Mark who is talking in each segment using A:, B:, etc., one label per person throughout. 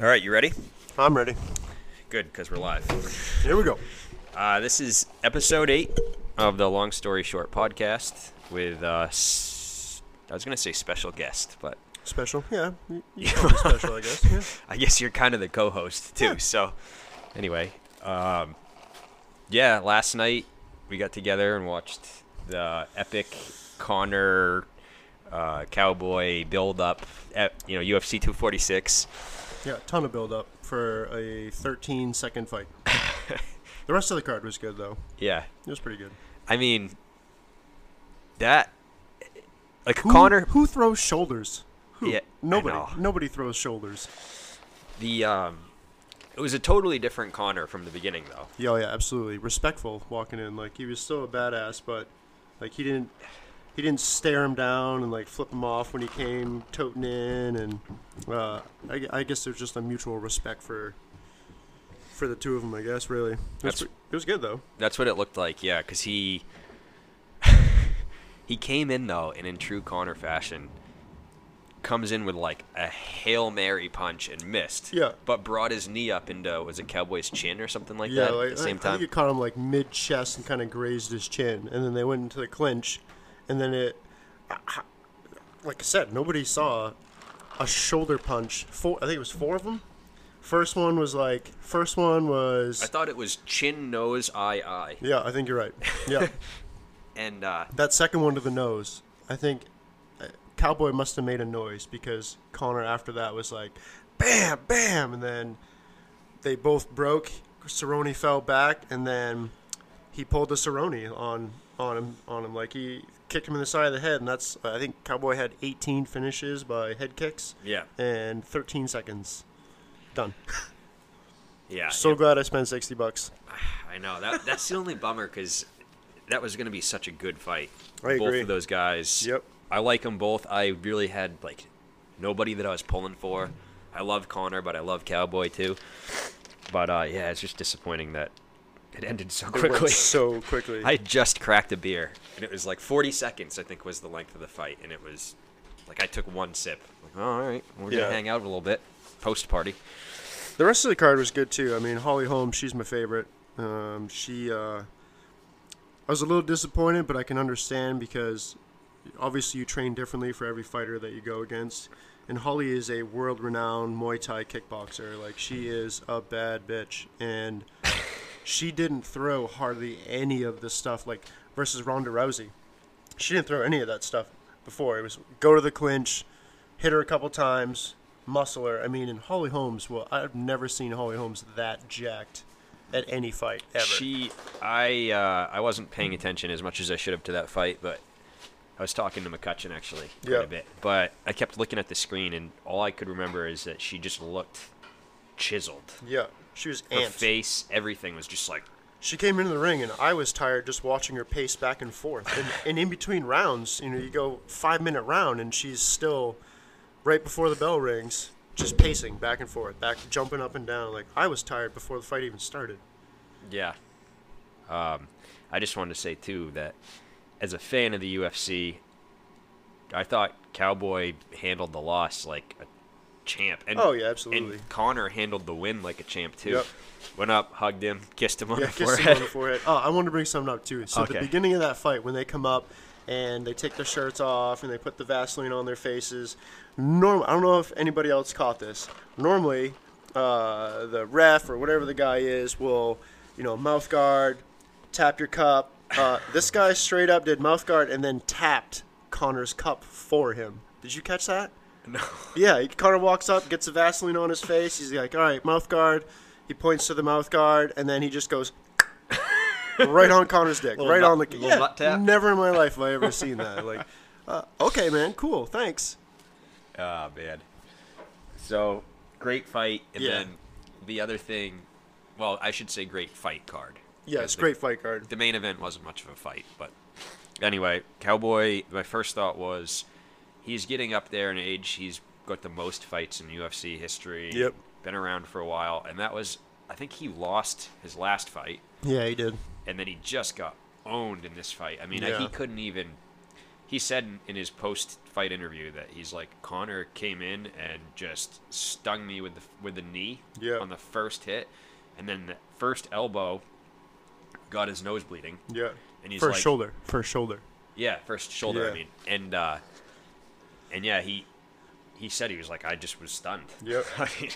A: All right, you ready?
B: I'm ready.
A: Good, because we're live.
B: Here we go.
A: Uh, this is episode eight of the Long Story Short podcast with, uh, s- I was going to say special guest, but
B: Special, yeah. You you call me special, I guess. Yeah.
A: I guess you're kind of the co host too. So, anyway, um, yeah, last night we got together and watched the epic Connor uh, Cowboy build up at, you know, UFC 246.
B: Yeah, ton of build up for a 13 second fight. the rest of the card was good though.
A: Yeah,
B: It was pretty good.
A: I mean, that like Connor.
B: who throws shoulders? Who?
A: Yeah, I
B: nobody.
A: know.
B: Nobody throws shoulders.
A: The um, it was a totally different Connor from the beginning, though.
B: Yeah, oh, yeah, absolutely. Respectful walking in, like he was still a badass, but like he didn't, he didn't stare him down and like flip him off when he came toting in, and uh, I, gu- I guess there's just a mutual respect for, for the two of them. I guess really. It was,
A: That's-
B: pre- it was good though.
A: That's what it looked like, yeah. Because he he came in though, and in true Connor fashion, comes in with like a hail mary punch and missed.
B: Yeah.
A: But brought his knee up into was it Cowboy's chin or something like
B: yeah,
A: that
B: like,
A: at the same
B: I, I
A: time.
B: think it caught him like mid chest and kind of grazed his chin, and then they went into the clinch, and then it, like I said, nobody saw a shoulder punch. Four, I think it was four of them. First one was like, first one was
A: I thought it was chin, nose, eye, eye,
B: Yeah, I think you're right. Yeah,
A: and uh,
B: that second one to the nose. I think uh, Cowboy must have made a noise because Connor after that was like, bam, bam, and then they both broke. Cerrone fell back, and then he pulled the Cerrone on on him on him like he kicked him in the side of the head, and that's I think Cowboy had 18 finishes by head kicks.
A: Yeah.
B: and 13 seconds. Done.
A: yeah.
B: So glad I spent 60 bucks.
A: I know that that's the only bummer because that was going to be such a good fight.
B: I
A: both
B: agree.
A: of those guys.
B: Yep.
A: I like them both. I really had like nobody that I was pulling for. I love Connor, but I love Cowboy too. But uh, yeah, it's just disappointing that it ended so
B: It went
A: quickly.
B: so quickly.
A: I just cracked a beer, and it was like 40 seconds. I think was the length of the fight, and it was like I took one sip. Like, oh, all right, we're
B: Yeah.
A: gonna hang out a little bit post party.
B: The rest of the card was good too. I mean, Holly Holm, she's my favorite. Um, she, uh, I was a little disappointed, but I can understand because obviously you train differently for every fighter that you go against. And Holly is a world-renowned Muay Thai kickboxer. Like she is a bad bitch, and she didn't throw hardly any of the stuff. Like versus Ronda Rousey, she didn't throw any of that stuff before. It was go to the clinch, hit her a couple times, muscle her. I mean, and Holly Holmes, well, I've never seen Holly Holmes that jacked at any fight ever.
A: She, I, uh, I wasn't paying attention as much as I should have to that fight, but I was talking to McCutcheon actually quite
B: Yeah.
A: a bit. But I kept looking at the screen, and all I could remember is that she just looked chiseled.
B: yeah, she was
A: Her
B: amped.
A: face, everything was just like,
B: She came into the ring, and I was tired just watching her pace back and forth. And, and in between rounds, you know, you go five minute round, and she's still right before the bell rings, just pacing back and forth, back jumping up and down. Like I was tired before the fight even started.
A: yeah. Um, I just wanted to say too that as a fan of the UFC, I thought Cowboy handled the loss like a champ. And,
B: Oh, yeah, absolutely.
A: And Connor handled the win like a champ too.
B: Yep.
A: Went up, hugged him, kissed him on
B: Yeah,
A: the
B: kissing
A: forehead.
B: on the forehead. Oh, I want to bring something up too. So at the
A: Okay.
B: beginning of that fight, when they come up and they take their shirts off and they put the Vaseline on their faces, norm. I don't know if anybody else caught this. Normally, uh, the ref or whatever the guy is will, you know, mouth guard, tap your cup. Uh, this guy straight up did mouth guard and then tapped Connor's cup for him. Did you catch that? Yeah, he Connor walks up, gets the Vaseline on his face. He's like, "All right, mouth guard." He points to the mouth guard, and then he just goes right on Connor's dick, right
A: nut-
B: on the
A: little
B: yeah,
A: nut tap.
B: Never in my life have I ever seen that. Like, uh, okay, man, cool, thanks.
A: Ah, man. So, great fight. And
B: Yeah.
A: then the other thing, well, I should say great fight card.
B: Yeah,
A: 'cause
B: it's
A: the-
B: great fight card.
A: The main event wasn't much of a fight, but anyway, Cowboy, my first thought was he's getting up there in age. He's got the most fights in UFC history.
B: Yep.
A: Been around for a while. And that was, I think he lost his last fight
B: Yeah, he did.
A: and then he just got owned in this fight. I mean,
B: Yeah.
A: he couldn't even. he said in- in his post-fight interview that he's like Connor came in and just stung me with the with the knee
B: Yeah.
A: on the first hit, and then the first elbow got his nose bleeding,
B: Yeah.
A: and he's
B: First
A: like,
B: shoulder. First shoulder.
A: yeah, first shoulder.
B: Yeah.
A: I mean, and uh, and yeah, he he said he was like, I just was stunned.
B: Yep.
A: I mean,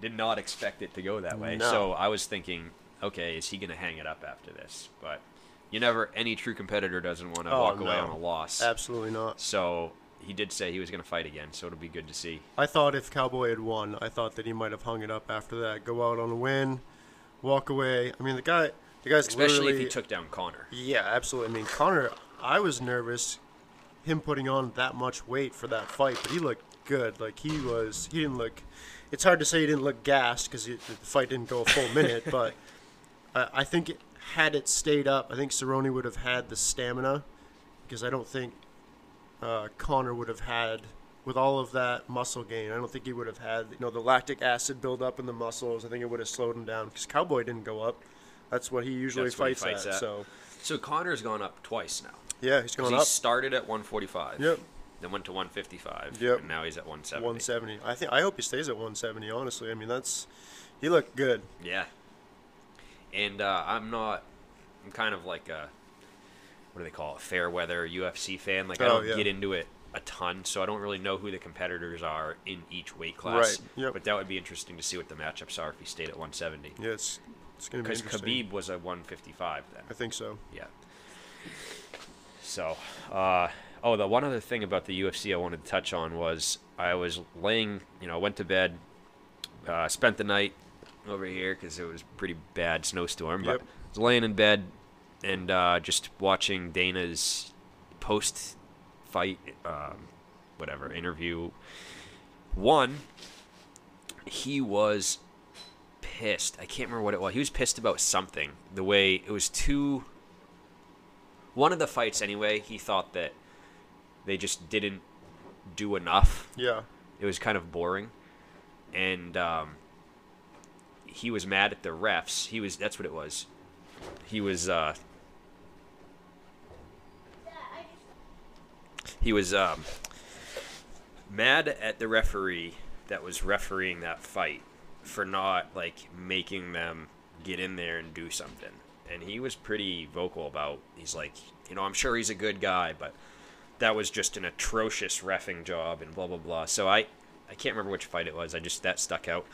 A: did not expect it to go that way.
B: No.
A: So I was thinking, okay, is he going to hang it up after this? But you never, any true competitor doesn't want to
B: Oh,
A: walk away
B: no.
A: on a loss.
B: Absolutely not.
A: So he did say he was going to fight again. So it'll be good to see.
B: I thought if Cowboy had won, I thought that he might have hung it up after that. Go out on a win, walk away. I mean, the guy, the guy's
A: Especially if
B: literally-
A: he took down Connor.
B: Yeah, absolutely. I mean, Connor, I was nervous him putting on that much weight for that fight, but he looked good. Like he was, he didn't look. It's hard to say he didn't look gassed because the fight didn't go a full minute, but I, I think it, had it stayed up, I think Cerrone would have had the stamina because I don't think uh, Connor would have had. With all of that muscle gain, I don't think he would have had you know the lactic acid buildup in the muscles. I think it would have slowed him down because Cowboy didn't go up. That's what he usually
A: That's what he
B: fights,
A: fights
B: at.
A: at.
B: So
A: So Connor's gone up twice now.
B: yeah, he's
A: 'Cause
B: going
A: He
B: up.
A: started at 145.
B: Yep.
A: Then went to 155.
B: Yep.
A: And now he's at 170.
B: 170. I think I hope he stays at 170. Honestly, I mean that's he looked good.
A: Yeah. And uh, I'm not. I'm kind of like a. What do they call it? Fair weather UFC fan. Like I
B: Oh,
A: don't
B: yeah.
A: get into it a ton, so I don't really know who the competitors are in each weight class.
B: Right, yep.
A: But that would be interesting to see what the matchups are if he stayed at 170.
B: Yeah, it's it's gonna be
A: Because
B: interesting.
A: Khabib was a 155 then.
B: I think so.
A: Yeah. So, uh, oh, the one other thing about the UFC I wanted to touch on was I was laying, you know, I went to bed, uh, spent the night over here because it was pretty bad snowstorm. But
B: Yep.
A: I was laying in bed and uh, just watching Dana's post fight, um, whatever, interview. One, he was pissed. I can't remember what it was. He was pissed about something. The way it was too. One of the fights, anyway, he thought that they just didn't do enough.
B: Yeah,
A: It was kind of boring, and um, he was mad at the refs. He was that's what it was. He was uh, he was um, mad at the referee that was refereeing that fight for not like making them get in there and do something. And he was pretty vocal about. He's like, you know, I'm sure he's a good guy, but that was just an atrocious refing job and blah blah blah. So I I can't remember which fight it was. I just that stuck out.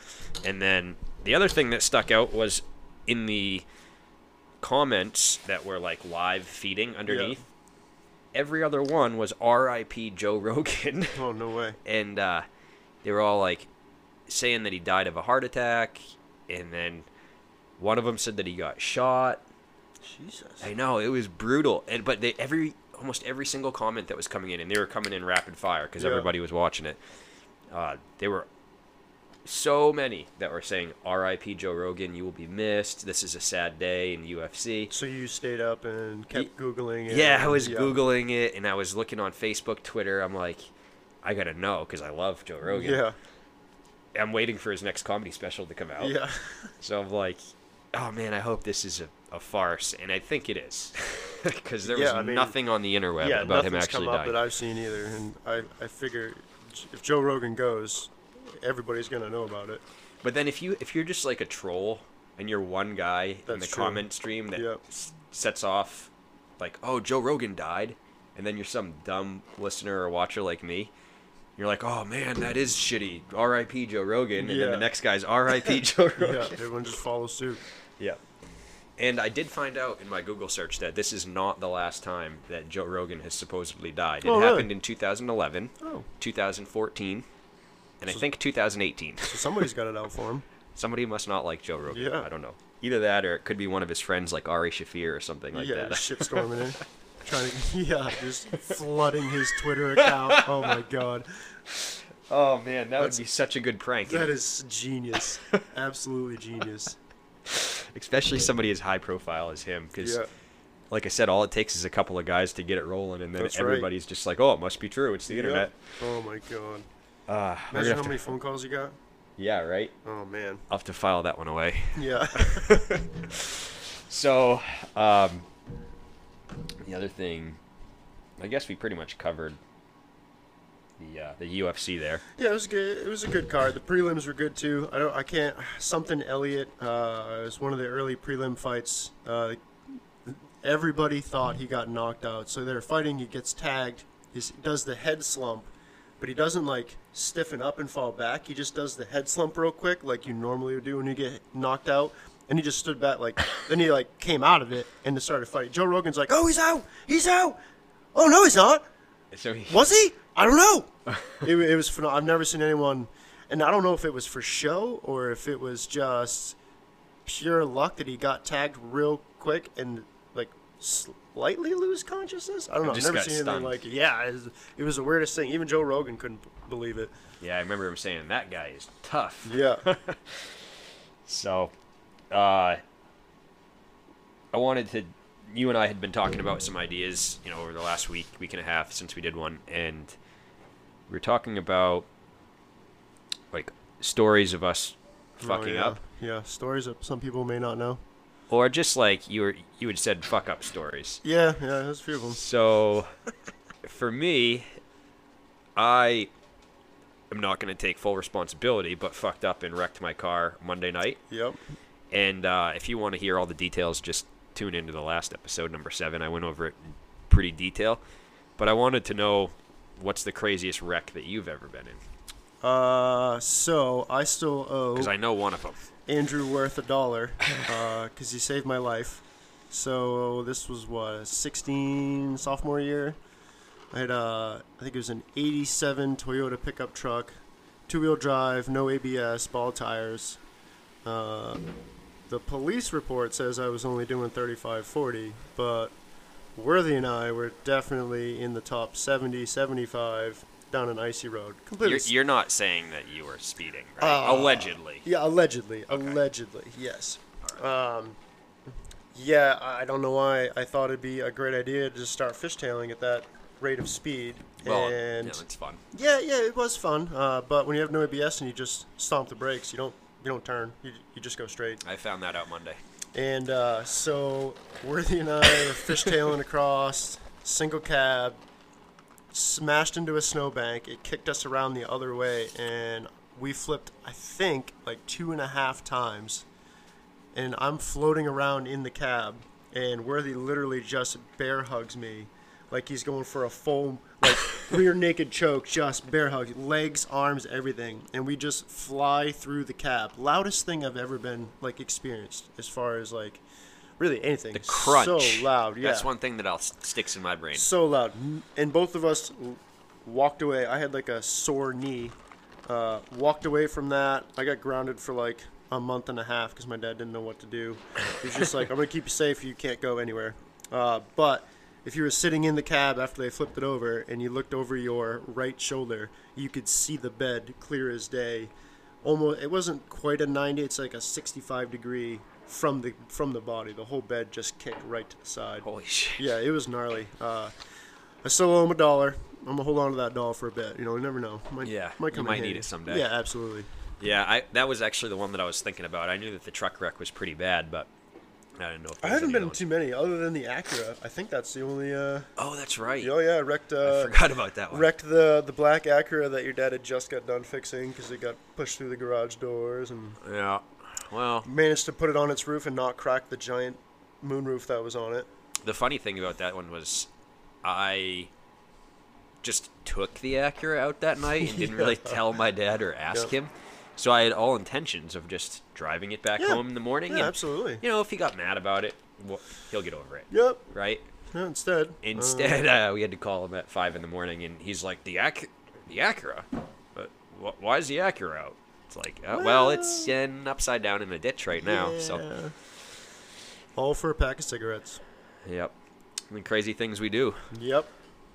A: And then the other thing that stuck out was in the comments that were like live feeding underneath. Every other one was R.I.P. Joe Rogan
B: oh no way.
A: and uh, they were all like saying that he died of a heart attack, and then one of them said that he got shot.
B: Jesus.
A: I know it was brutal, and but they every almost every single comment that was coming in, and they were coming in rapid fire because
B: Yeah.
A: everybody was watching it. Uh, they were so many that were saying, "R.I.P. Joe Rogan, you will be missed. This is a sad day in UFC."
B: So you stayed up and kept googling. it
A: Yeah, I
B: and-
A: was googling it, and I was looking on Facebook, Twitter. I'm like, I gotta know because I love Joe Rogan.
B: Yeah,
A: I'm waiting for his next comedy special to come out.
B: yeah.
A: So I'm like, oh man, I hope this is a, a farce, and I think it is, because there was
B: Yeah, I mean-
A: nothing on the interweb
B: yeah,
A: about him
B: nothing's
A: actually
B: come up
A: dying.
B: that I've seen either, and I I figure if Joe Rogan goes, everybody's gonna know about it.
A: But then if you if you're just like a troll and you're one guy in the
B: That's true.
A: comment stream that
B: Yep.
A: s- sets off, like, oh Joe Rogan died, and then you're some dumb listener or watcher like me. You're like, oh man, that is shitty. R.I.P. Joe Rogan, and then
B: Yeah.
A: the next guy's R.I.P. Joe Rogan.
B: Yeah, everyone just follows suit.
A: Yeah. And I did find out in my Google search that this is not the last time that Joe Rogan has supposedly died. It
B: Oh, really?
A: happened in 2011,
B: Oh.
A: 2014, and I think 2018.
B: So somebody's got it out for him.
A: Somebody must not like Joe Rogan.
B: Yeah.
A: I don't know. Either that or it could be one of his friends like Ari Shafir or something like
B: yeah,
A: that.
B: just shitstorming it. Trying to, yeah, just flooding his Twitter account. Oh my god.
A: oh, man, that would be such a good prank.
B: That is genius. Absolutely genius.
A: Especially somebody as high profile as him, because,
B: Yeah.
A: like I said, all it takes is a couple of guys to get it rolling, and then
B: That's right.
A: everybody's just like, oh, it must be true. It's the internet.
B: Yeah. Oh my god.
A: Uh, we're gonna
B: Imagine
A: have
B: how
A: to-
B: many phone calls you got.
A: yeah, right?
B: Oh man.
A: I'll have to file that one away.
B: Yeah.
A: So, um, the other thing I guess we pretty much covered the uh, the UFC there.
B: Yeah, it was good. It was a good card. The prelims were good too. I don't. I can't. Something Elliott. Uh, it was one of the early prelim fights. Uh, everybody thought he got knocked out. So they're fighting. He gets tagged. He does the head slump, but he doesn't like stiffen up and fall back. He just does the head slump real quick, like you normally would do when you get knocked out. And he just stood back, like then he like came out of it and started fighting. Joe Rogan's like, "Oh, he's out. He's out. Oh no, he's not.
A: So he,
B: Was he? I don't know. it, it was. Phenom- I've never seen anyone, and I don't know if it was for show or if it was just pure luck that he got tagged real quick and like slightly lose consciousness. I don't know. I've
A: Just
B: never
A: got
B: seen anything
A: stunned.
B: like it. Yeah, it was, it was the weirdest thing. Even Joe Rogan couldn't b- believe it. Oh,
A: yeah, I remember him saying that guy is tough.
B: Yeah.
A: So, uh, I wanted to. You and I had been talking about some ideas, you know, over the last week, week and a half since we did one, and we were talking about like stories of us fucking
B: Oh, yeah.
A: up,
B: Yeah, stories that some people may not know.
A: or just like you were you had said fuck up stories.
B: Yeah, yeah, there's a few of them.
A: So, for me, I am not going to take full responsibility, but fucked up and wrecked my car Monday night.
B: Yep.
A: And uh, if you want to hear all the details, just tune into the last episode, number seven. I went over it in pretty detail. But I wanted to know what's the craziest wreck that you've ever been in?
B: Uh, so I still owe.
A: Because I know one of them.
B: Andrew worth a dollar because he saved my life. So this was what 16 sophomore year. I had uh, I think it was an '87 Toyota pickup truck, two-wheel drive, no ABS, ball tires. Uh, the police report says I was only doing 35, 40, but Worthy and I were definitely in the top 70, 75 down an icy road. Completely
A: You're, you're not saying that you were speeding, right?
B: Uh,
A: Allegedly.
B: yeah, allegedly. Allegedly, yes. Um, yeah, I I don't know why I thought it'd be a great idea to just start fishtailing at that rate of speed.
A: Well,
B: and
A: yeah, that's fun.
B: yeah, yeah, it was fun. Uh, but when you have no ABS and you just stomp the brakes, you don't you don't turn. You, you just go straight.
A: I found that out Monday.
B: And uh, so Worthy and I were fishtailing across, single cab, smashed into a snowbank. It kicked us around the other way, and we flipped, I think, like two and a half times. And I'm floating around in the cab, and Worthy literally just bear hugs me. Like he's going for a full, like rear naked choke, just bear hugs, legs, arms, everything, and we just fly through the cab. Loudest thing I've ever been like experienced, as far as like, really anything. The
A: Crunch.
B: so loud. Yeah,
A: That's one thing that all s- sticks in my brain.
B: so loud. M- And both of us l- walked away. I had like a sore knee. Uh, walked away from that. I got grounded for like a month and a half because my dad didn't know what to do. He was just like, I'm going to keep you safe. You can't go anywhere. Uh, but if you were sitting in the cab after they flipped it over and you looked over your right shoulder, you could see the bed clear as day. Almost, it wasn't quite a 90. It's like a 65 degree from the from the body. The whole bed just kicked right to the side.
A: Holy shit.
B: Yeah, it was gnarly. Uh, I still owe him a dollar. I'm gonna hold on to that dollar for a bit. You know, you never know. Might,
A: Yeah,
B: might
A: you
B: come in
A: might need
B: handy.
A: it someday.
B: Yeah, absolutely.
A: Yeah, I, that was actually the one that I was thinking about. I knew that the truck wreck was pretty bad, but I didn't know if
B: I
A: there was
B: haven't
A: any
B: been
A: other
B: in
A: ones.
B: too many, other than the Acura. I think that's the only. Uh,
A: Oh, that's right.
B: oh yeah, wrecked.
A: I
B: Uh,
A: forgot about that one.
B: wrecked the the black Acura that your dad had just got done fixing because it got pushed through the garage doors and
A: Yeah. Well,
B: managed to put it on its roof and not crack the giant moonroof that was on it.
A: the funny thing about that one was I just took the Acura out that night and didn't really tell my dad or ask
B: Yeah.
A: him. So I had all intentions of just driving it back
B: Yeah.
A: home in the morning.
B: Yeah,
A: and,
B: absolutely.
A: You know, if he got mad about it, well, he'll get over it.
B: Yep.
A: Right?
B: Yeah, instead. uh,
A: Instead, uh, we had to call him at five in the morning, and he's like, "The Ac- the Acura, but wh- why is the Acura out?" It's like, uh, well, it's in upside down in a ditch right now. So,
B: Uh, yeah. All for a pack of cigarettes.
A: yep, I mean, crazy things we do,
B: Yep.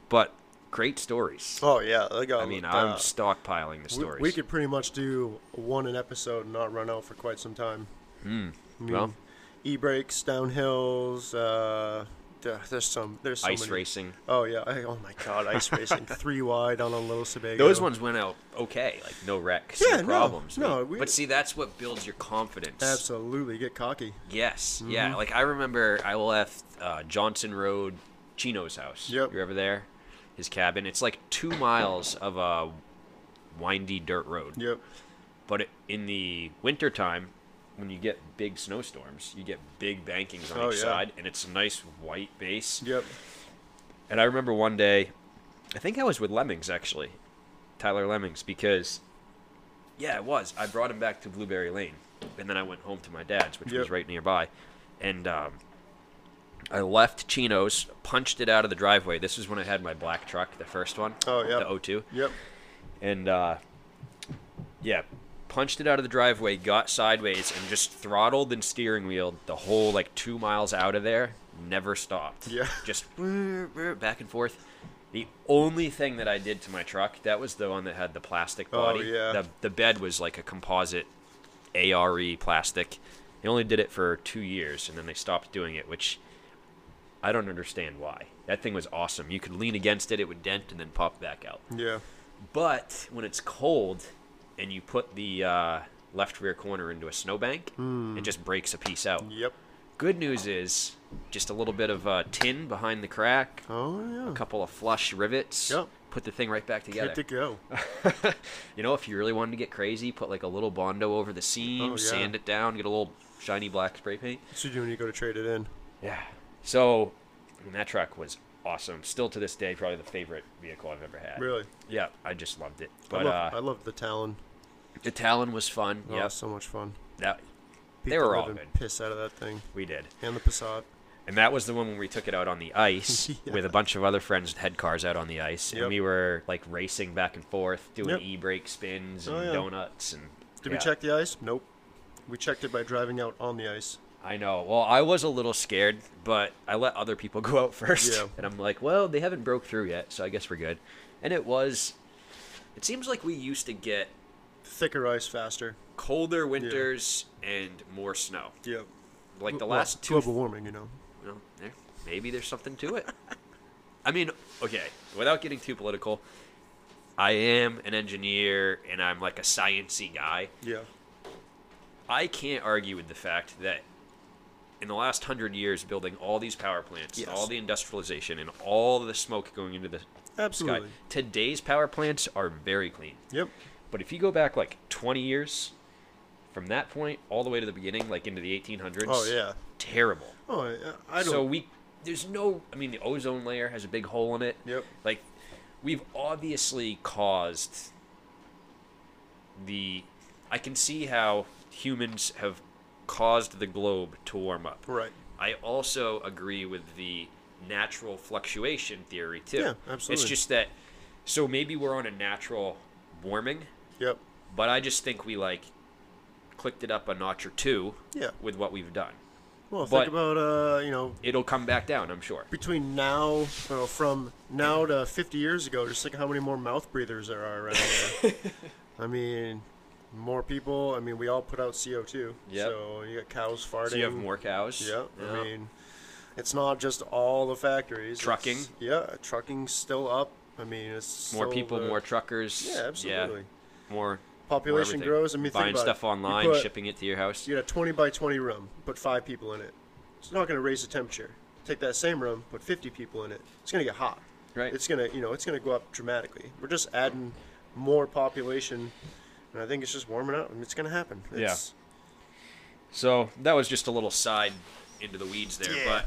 A: but great stories.
B: Oh yeah, they got.
A: I mean,
B: uh,
A: I'm stockpiling the
B: we,
A: stories.
B: we could pretty much do one an episode and not run out for quite some time. I mean,
A: well.
B: e brakes, downhills. Uh, there- there's some. There's so
A: ice
B: many.
A: racing.
B: Oh yeah. I, oh my god, ice racing three wide on a little Sebago.
A: Those ones went out okay, like no wrecks,
B: Yeah,
A: no
B: no,
A: problems. I mean,
B: no, we-
A: but see, that's what builds your confidence.
B: Absolutely, get cocky. Mm-hmm.
A: Yes. Yeah. Like I remember, I left uh, Johnson Road Chino's house.
B: Yep.
A: You're ever there? His cabin. It's like two miles of a windy dirt road.
B: Yep.
A: But it, in the wintertime, when you get big snowstorms, you get big bankings on
B: Oh,
A: each
B: yeah.
A: side, and it's a nice white base.
B: Yep.
A: And I remember one day, I think I was with Lemmings actually, Tyler Lemmings, because yeah, it was. I brought him back to Blueberry Lane, and then I went home to my dad's, which was
B: Yep.
A: right nearby, and um, I left Chino's, punched it out of the driveway. This was when I had my black truck, the first one,
B: Oh, yep.
A: the O2,
B: Yep.
A: and uh, yeah. Punched it out of the driveway, got sideways, and just throttled and steering wheeled the whole like two miles out of there. Never stopped.
B: Yeah.
A: Just back and forth. The only thing that I did to my truck, that was the one that had the plastic
B: Oh,
A: body.
B: yeah.
A: The the bed was like a composite ARE plastic. They only did it for two years and then they stopped doing it, which I don't understand why. That thing was awesome. You could lean against it, it would dent and then pop back out.
B: Yeah.
A: But when it's cold and you put the uh, left rear corner into a snowbank,
B: Hmm.
A: it just breaks a piece out.
B: Yep.
A: Good news is just a little bit of uh, tin behind the crack,
B: Oh yeah.
A: a couple of flush rivets.
B: Yep.
A: Put the thing right back together.
B: Good to go.
A: you know, if you really wanted to get crazy, put like a little bondo over the seam,
B: Oh, yeah.
A: sand it down, get a little shiny black spray paint.
B: That's what you do when you go to trade it in.
A: Yeah. So, and that truck was awesome. Still to this day, probably the favorite vehicle I've ever had.
B: Really.
A: Yeah, I just loved it.
B: I
A: But
B: love, I
A: uh,
B: love the Talon.
A: the Talon was fun.
B: Oh,
A: Yep.
B: so much fun.
A: That
B: Beat
A: They
B: the
A: were all
B: living
A: good.
B: Piss out of that thing
A: we did.
B: and the Passat.
A: And that was the one when we took it out on the ice
B: Yeah.
A: with a bunch of other friends that had cars out on the ice.
B: Yep.
A: And we were like racing back and forth, doing
B: Yep.
A: e brake spins and
B: Oh, yeah.
A: donuts. and
B: Did we
A: yeah.
B: check the ice? Nope. We checked it by driving out on the ice.
A: I know. Well, I was a little scared, but I let other people go out first.
B: Yeah.
A: And I'm like, well, they haven't broke through yet, so I guess we're good. And it was. It seems like we used to get
B: Thicker ice, faster.
A: colder winters and more snow.
B: Yep.
A: Like the
B: Well,
A: last two
B: global warming, you know.
A: well, there, maybe there's something to it. I mean, okay, without getting too political, I am an engineer and I'm like a sciency guy.
B: Yeah.
A: I can't argue with the fact that in the last hundred years, building all these power plants, and
B: Yes.
A: all the industrialization, and all the smoke going into the sky,
B: Absolutely.
A: today's power plants are very clean.
B: Yep.
A: But if you go back like 20 years, from that point all the way to the beginning, like into the 1800s,
B: Oh yeah.
A: terrible.
B: Oh, I, I don't.
A: So we there's no I mean the ozone layer has a big hole in it.
B: Yep.
A: Like we've obviously caused the I can see how humans have caused the globe to warm up.
B: right.
A: I also agree with the natural fluctuation theory too.
B: Yeah, absolutely.
A: It's just that so maybe we're on a natural warming,
B: Yep.
A: but I just think we like clicked it up a notch or two
B: Yeah.
A: with what we've done.
B: Well,
A: But-
B: think about uh, you know,
A: It'll come back down, I'm sure.
B: between now, well, from now to 50 years ago, just think how many more mouth breathers there are around there. I mean, more people. I mean, we all put out CO2.
A: Yep.
B: So you got cows farting.
A: So you have more cows.
B: Yeah. I mean, it's not just all the factories.
A: Trucking.
B: It's- yeah, trucking's still up. I mean, it's
A: more
B: still
A: people,
B: the-
A: more truckers.
B: uh, Yeah, absolutely.
A: more
B: Population
A: more everything.
B: grows. I mean, think
A: buying
B: about it.
A: stuff
B: You
A: online,
B: put-
A: shipping it to your house.
B: You got a 20 by 20 room, put five people in it. It's not going to raise the temperature. Take that same room, put 50 people in it. It's going to get hot.
A: Right.
B: It's going to, you know, it's going to go up dramatically. We're just adding more population, and I think it's just warming up. and It's going to happen.
A: Yeah.
B: It's,
A: So that was just a little side into the weeds there,
B: Yeah.
A: but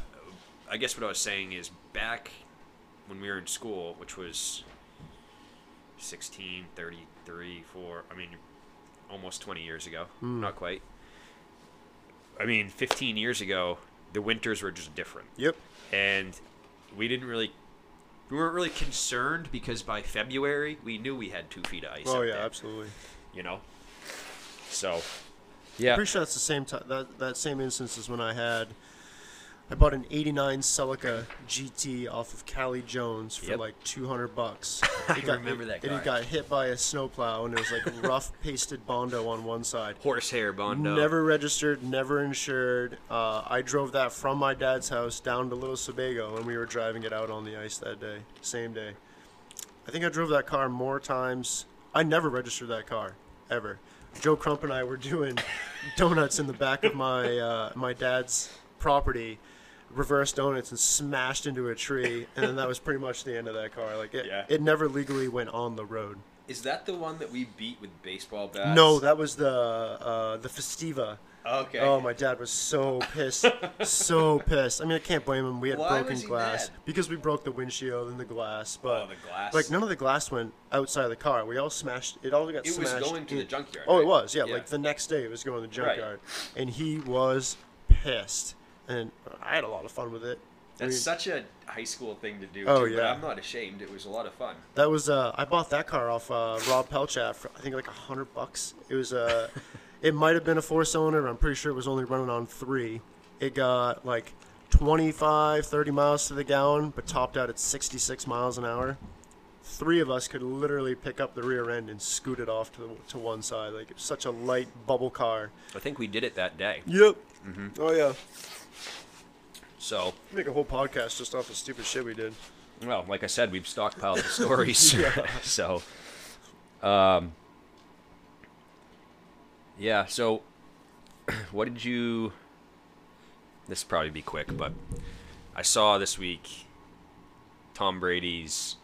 A: I guess what I was saying is back when we were in school, which was 16, 33, 4, I mean, almost 20 years ago,
B: Hmm.
A: not quite. I mean, 15 years ago, the winters were just different.
B: Yep.
A: and we didn't really we weren't really concerned because by February we knew we had two feet of ice.
B: Oh
A: out
B: yeah,
A: there,
B: absolutely.
A: you know. So, yeah,
B: Pretty sure that's the same time. That that same instance is when I had. I bought an '89 Celica GT off of Cali Jones for
A: Yep.
B: like 200 bucks.
A: I
B: It got-
A: remember that
B: And
A: car.
B: it got hit by a snowplow, and it was like rough pasted bondo on one side.
A: horsehair bondo.
B: Never registered, never insured. Uh, I drove that from my dad's house down to Little Sebago, and we were driving it out on the ice that day, same day. I think I drove that car more times. I never registered that car, ever. Joe Crump and I were doing donuts in the back of my uh, my dad's property. reverse donuts and smashed into a tree, and then that was pretty much the end of that car. Like it,
A: Yeah.
B: it never legally went on the road.
A: Is that the one that we beat with baseball bats?
B: No, that was the uh, the Festiva.
A: Okay.
B: Oh, my dad was so pissed, so pissed. I mean, I can't blame him. We had
A: Why
B: broken
A: was he
B: glass
A: mad?
B: because we broke the windshield and the glass. But
A: Oh, the glass.
B: like none of the glass went outside of the car. We all smashed. It all got
A: It was
B: smashed.
A: going to
B: in-
A: the junkyard,
B: Oh,
A: right?
B: it was. Yeah,
A: Yeah.
B: like the next day, it was going to the
A: Right.
B: junkyard, and he was pissed. And I had a lot of fun with it. I
A: That's
B: mean,
A: such a high school thing to do.
B: Oh,
A: too, but
B: yeah.
A: I'm not ashamed. It was a lot of fun.
B: That was uh, I bought that car off uh, Rob Pelchat for I think like a hundred bucks. It was uh, it might have been a four cylinder. I'm pretty sure it was only running on three. It got like 25, 30 miles to the gallon, but topped out at 66 miles an hour. Three of us could literally pick up the rear end and scoot it off to the, to one side. Like it's such a light bubble car.
A: I think we did it that day.
B: Yep. Oh yeah.
A: So,
B: Make a whole podcast just off the stupid shit we did.
A: well, like I said, we've stockpiled the stories. so, um, yeah. So, what did you? This will probably be quick, but I saw this week Tom Brady's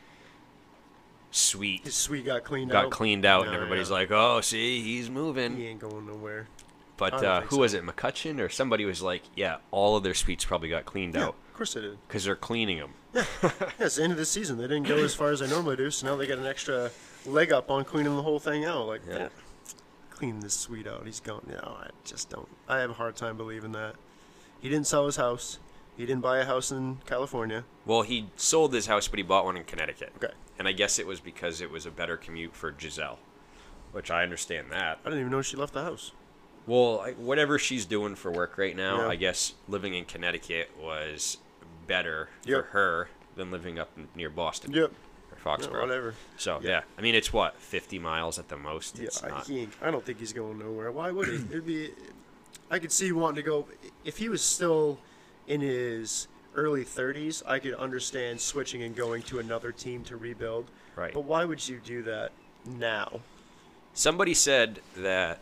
A: suite
B: His suite got cleaned
A: got
B: out.
A: cleaned out, and
B: Yeah,
A: everybody's
B: yeah.
A: like, "Oh, see, he's moving."
B: He ain't going nowhere.
A: But
B: I don't
A: uh,
B: think
A: who
B: so.
A: was it, McCutcheon or somebody was like, yeah, all of their suites probably got cleaned
B: Yeah,
A: out
B: of course they did.
A: because they're cleaning them.
B: Yeah, it's the end of the season. They didn't go as far as they normally do, so now they get an extra leg up on cleaning the whole thing out. Like,
A: Yeah.
B: "Eh, clean this suite out. He's gone. No, I just don't. I have a hard time believing that. He didn't sell his house. He didn't buy a house in California.
A: Well, he sold his house, but he bought one in Connecticut.
B: Okay.
A: And I guess it was because it was a better commute for Giselle, which I understand that.
B: I didn't even know she left the house.
A: Well, I, whatever she's doing for work right now,
B: Yeah.
A: I guess living in Connecticut was better
B: Yep.
A: for her than living up in, near Boston
B: Yep.
A: or Foxborough.
B: whatever.
A: So, yeah. I mean, it's what, 50 miles at the most?
B: Yeah,
A: It's
B: I,
A: not-
B: he ain't, I don't think he's going nowhere. Why would he? It'd be. I could see wanting to go. If he was still in his early 30s, I could understand switching and going to another team to rebuild.
A: Right.
B: But why would you do that now?
A: Somebody said that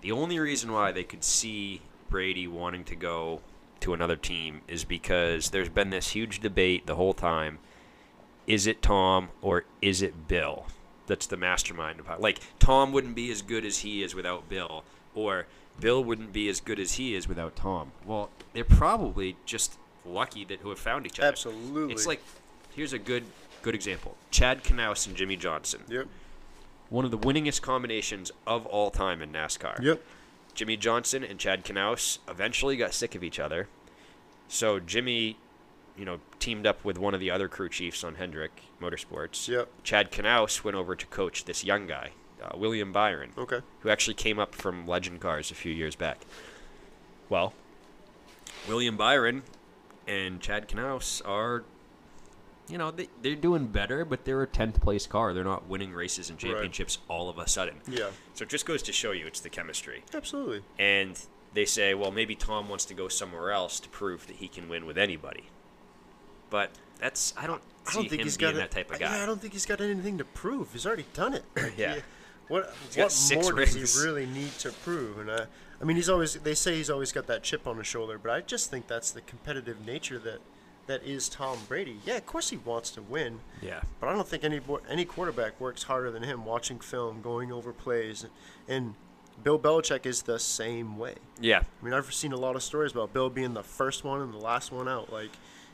A: the only reason why they could see Brady wanting to go to another team is because there's been this huge debate the whole time. Is it Tom or is it Bill? That's the mastermind of how, like Tom wouldn't be as good as he is without Bill, or Bill wouldn't be as good as he is without Tom. Well, they're probably just lucky that who have found each other.
B: Absolutely.
A: It's like here's a good good example: Chad Knaus and Jimmy Johnson
B: Yep.
A: one of the winningest combinations of all time in NASCAR.
B: Yep.
A: Jimmy Johnson and Chad Knaus eventually got sick of each other. So Jimmy, you know, teamed up with one of the other crew chiefs on Hendrick Motorsports.
B: Yep.
A: Chad Knaus went over to coach this young guy, uh, William Byron,
B: Okay.
A: who actually came up from Legend Cars a few years back. Well, William Byron and Chad Knaus are, you know, they, they're doing better, but they're a 10th place car. They're not winning races and
B: Right.
A: championships all of a sudden.
B: Yeah.
A: So it just goes to show you it's the chemistry.
B: Absolutely.
A: And they say, well, maybe Tom wants to go somewhere else to prove that he can win with anybody. But that's, I don't
B: I
A: see
B: don't think
A: him
B: he's
A: being
B: got a-
A: that type of guy.
B: Yeah, I don't think he's got anything to prove. He's already done it. Like,
A: Yeah.
B: he- what
A: got
B: what
A: six
B: more does
A: rings.
B: he really need to prove? And I, I mean, he's always. They say he's always got that chip on his shoulder, but I just think that's the competitive nature that that is Tom Brady. Yeah, of course he wants to win.
A: yeah.
B: But I don't think any bo- any quarterback works harder than him. Watching film, going over plays, and Bill Belichick is the same way.
A: Yeah.
B: I mean, I've seen a lot of stories about Bill being the first one and the last one out. Like,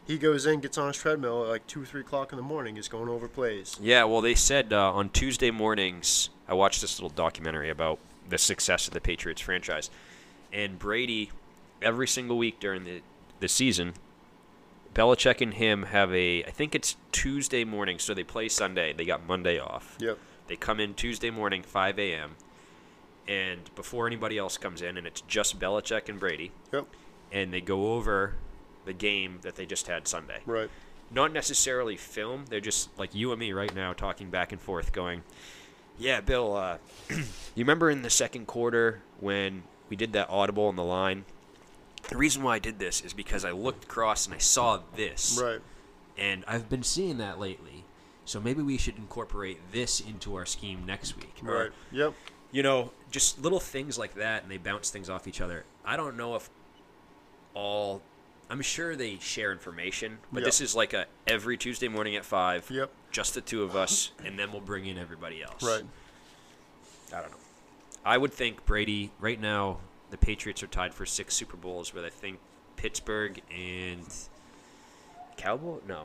B: he goes in, gets on his treadmill at like two, three o'clock in the morning. He's going over plays.
A: Yeah, well, they said uh, on Tuesday mornings, I watched this little documentary about the success of the Patriots franchise. And Brady, every single week during the, the season, Belichick and him have a, I think it's Tuesday morning, so they play Sunday. They got Monday off.
B: Yep.
A: They come in Tuesday morning, 5 a.m., and before anybody else comes in, and it's just Belichick and Brady,
B: Yep.
A: and they go over the game that they just had Sunday
B: Right.
A: not necessarily film. They're just like you and me right now talking back and forth, going, "Yeah, Bill, uh, you remember in the second quarter when we did that audible on the line? The reason why I did this is because I looked across and I saw this,
B: Right.
A: and I've been seeing that lately. So maybe we should incorporate this into our scheme next week, Or,
B: Right. Yep.
A: you know, just little things like that, and they bounce things off each other. I don't know if all I'm sure they share information, but
B: Yep.
A: this is like a every Tuesday morning at five.
B: Yep.
A: Just the two of us, and then we'll bring in everybody else.
B: Right.
A: I don't know. I would think Brady right now. The Patriots are tied for six Super Bowls with I think Pittsburgh and Cowboy. No,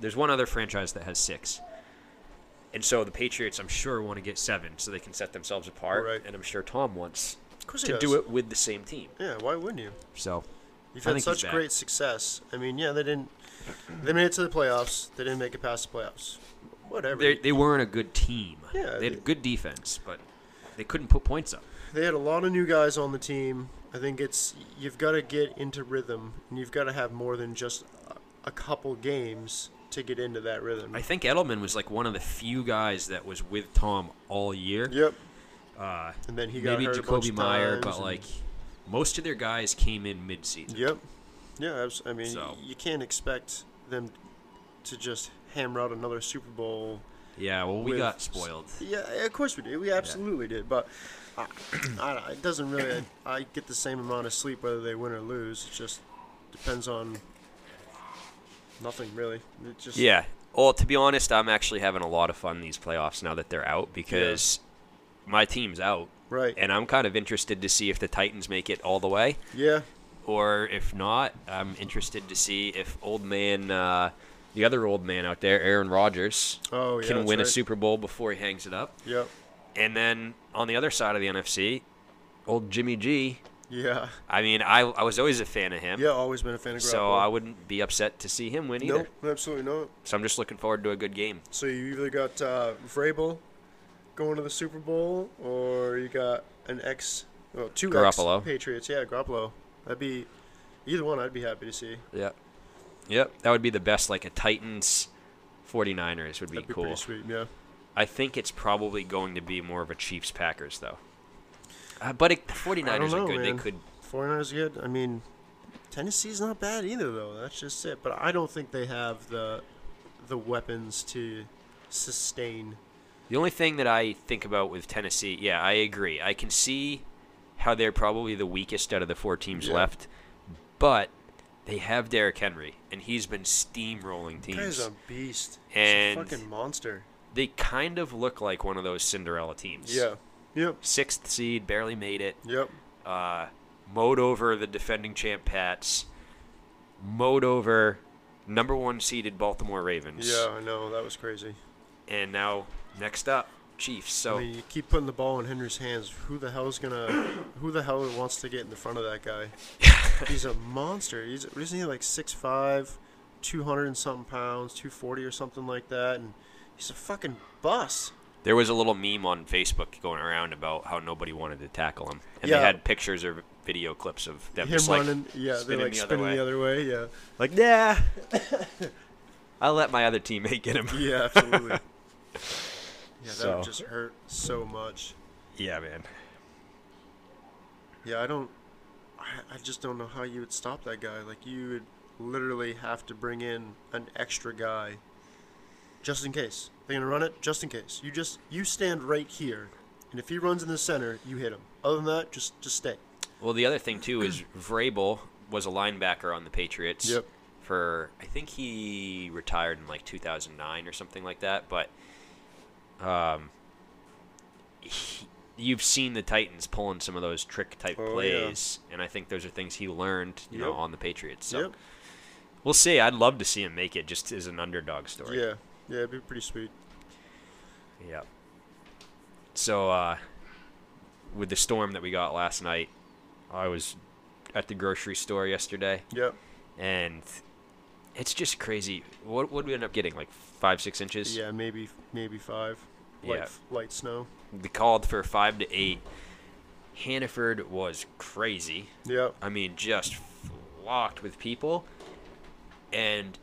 A: there's one other franchise that has six. And so the Patriots, I'm sure, want to get seven so they can set themselves apart.
B: Right.
A: And I'm sure Tom wants
B: Of course he
A: to
B: does.
A: do it with the same team.
B: Yeah, why wouldn't you?
A: So
B: You've
A: I think
B: had
A: he's
B: such
A: back.
B: great success. I mean, yeah, they didn't. They made it to the playoffs. They didn't make it past the playoffs. Whatever.
A: they,
B: They,
A: they weren't a good team.
B: Yeah,
A: they had
B: they-
A: good defense, but they couldn't put points up.
B: had a lot of new guys on the team. I think it's you've got to get into rhythm, and you've got to have more than just a, a couple games to get into that rhythm.
A: I think Edelman was like one of the few guys that was with Tom all year.
B: yep.
A: Uh,
B: And then he got
A: maybe
B: hurt a bunch
A: Jacoby
B: of
A: Meyer,
B: times
A: but
B: and-
A: like most of their guys came in midseason.
B: Yep. Yeah, abs- I mean,
A: So.
B: you can't expect them to just hammer out another Super Bowl.
A: Yeah, well, we
B: with-
A: got spoiled.
B: Yeah, of course we did. We absolutely did. But I, I, don't- it doesn't really. I, I get the same amount of sleep whether they win or lose. It just depends on nothing really. It just
A: Yeah. Well, to be honest, I'm actually having a lot of fun these playoffs now that they're out because my team's out,
B: right.
A: and I'm kind of interested to see if the Titans make it all the way,
B: yeah,
A: or if not, I'm interested to see if old man, uh, the other old man out there, Aaron Rodgers,
B: Oh, yeah,
A: can
B: that's
A: win a
B: right.
A: Super Bowl before he hangs it up.
B: yep,
A: And then on the other side of the NFC, old Jimmy G.
B: yeah,
A: I mean, I, I was always a fan of him.
B: yeah. Always been a fan of Garoppolo.
A: So I wouldn't be upset to see him win either.
B: Nope, absolutely not.
A: So I'm just looking forward to a good game.
B: So you either got uh, Vrabel going to the Super Bowl, or you got an ex, well, two
A: Garoppolo.
B: ex Patriots. Yeah, Garoppolo. That'd be either one. I'd be happy to see.
A: Yep. Yep. That would be the best. Like a Titans 49ers would be,
B: That'd be
A: cool.
B: pretty sweet. Yeah.
A: I think it's probably going to be more of a Chiefs Packers, though. Uh, but it, the 49ers
B: I don't know,
A: are good.
B: man.
A: They could.
B: 49ers are good. I mean, Tennessee's not bad either, though. That's just it. But I don't think they have the the weapons to sustain.
A: The only thing that I think about with Tennessee, yeah, I agree. I can see how they're probably the weakest out of the four teams
B: Yeah.
A: left, but they have Derrick Henry, and he's been steamrolling teams.
B: Guy's a beast.
A: And-
B: He's a fucking monster.
A: they kind of look like one of those Cinderella teams.
B: Yeah. Yep.
A: Sixth seed, barely made it.
B: Yep.
A: Uh, mowed over the defending champ Pats. Mowed over number one seeded Baltimore Ravens.
B: Yeah, I know. That was crazy.
A: And now next up, Chiefs. So
B: I mean, you keep putting the ball in Henry's hands. Who the hell's gonna? Who the hell wants to get in the front of that guy? He's a monster. He's isn't he like 6'5", 200 and something pounds, two forty or something like that, and he's a fucking bus.
A: there was a little meme on Facebook going around about how nobody wanted to tackle him, and
B: Yeah.
A: they had pictures or video clips of them
B: Him
A: just like
B: running, yeah, they're
A: spinning
B: like
A: the other
B: spinning
A: way.
B: the other way, yeah,
A: like nah. I'll let my other teammate get him.
B: yeah, absolutely. yeah, that
A: So.
B: would just hurt so much.
A: Yeah, man.
B: Yeah, I don't. I, I just don't know how you would stop that guy. Like you would literally have to bring in an extra guy, just in case they're gonna run it. Just in case you just you stand right here, and if he runs in the center, you hit him. Other than that, just just stay.
A: Well, the other thing too is Vrabel was a linebacker on the Patriots.
B: Yep.
A: For I think he retired in like 2009 or something like that. But um, he- you've seen the Titans pulling some of those trick type
B: Oh, yeah.
A: plays, and I think those are things he learned, you know,
B: Yep.
A: on the Patriots. So we'll see. I'd love to see him make it, just as an underdog
B: Yep.
A: story.
B: Yeah. Yeah, it'd be pretty sweet.
A: Yeah. So uh, with the storm that we got last night, I was at the grocery store yesterday.
B: Yep.
A: and it's just crazy. What would we end up getting? Like five, six inches.
B: Yeah, maybe maybe five.
A: Yeah.
B: Light, light snow.
A: They called for five to eight. Hannaford was crazy.
B: Yep.
A: I mean, just flocked with people, and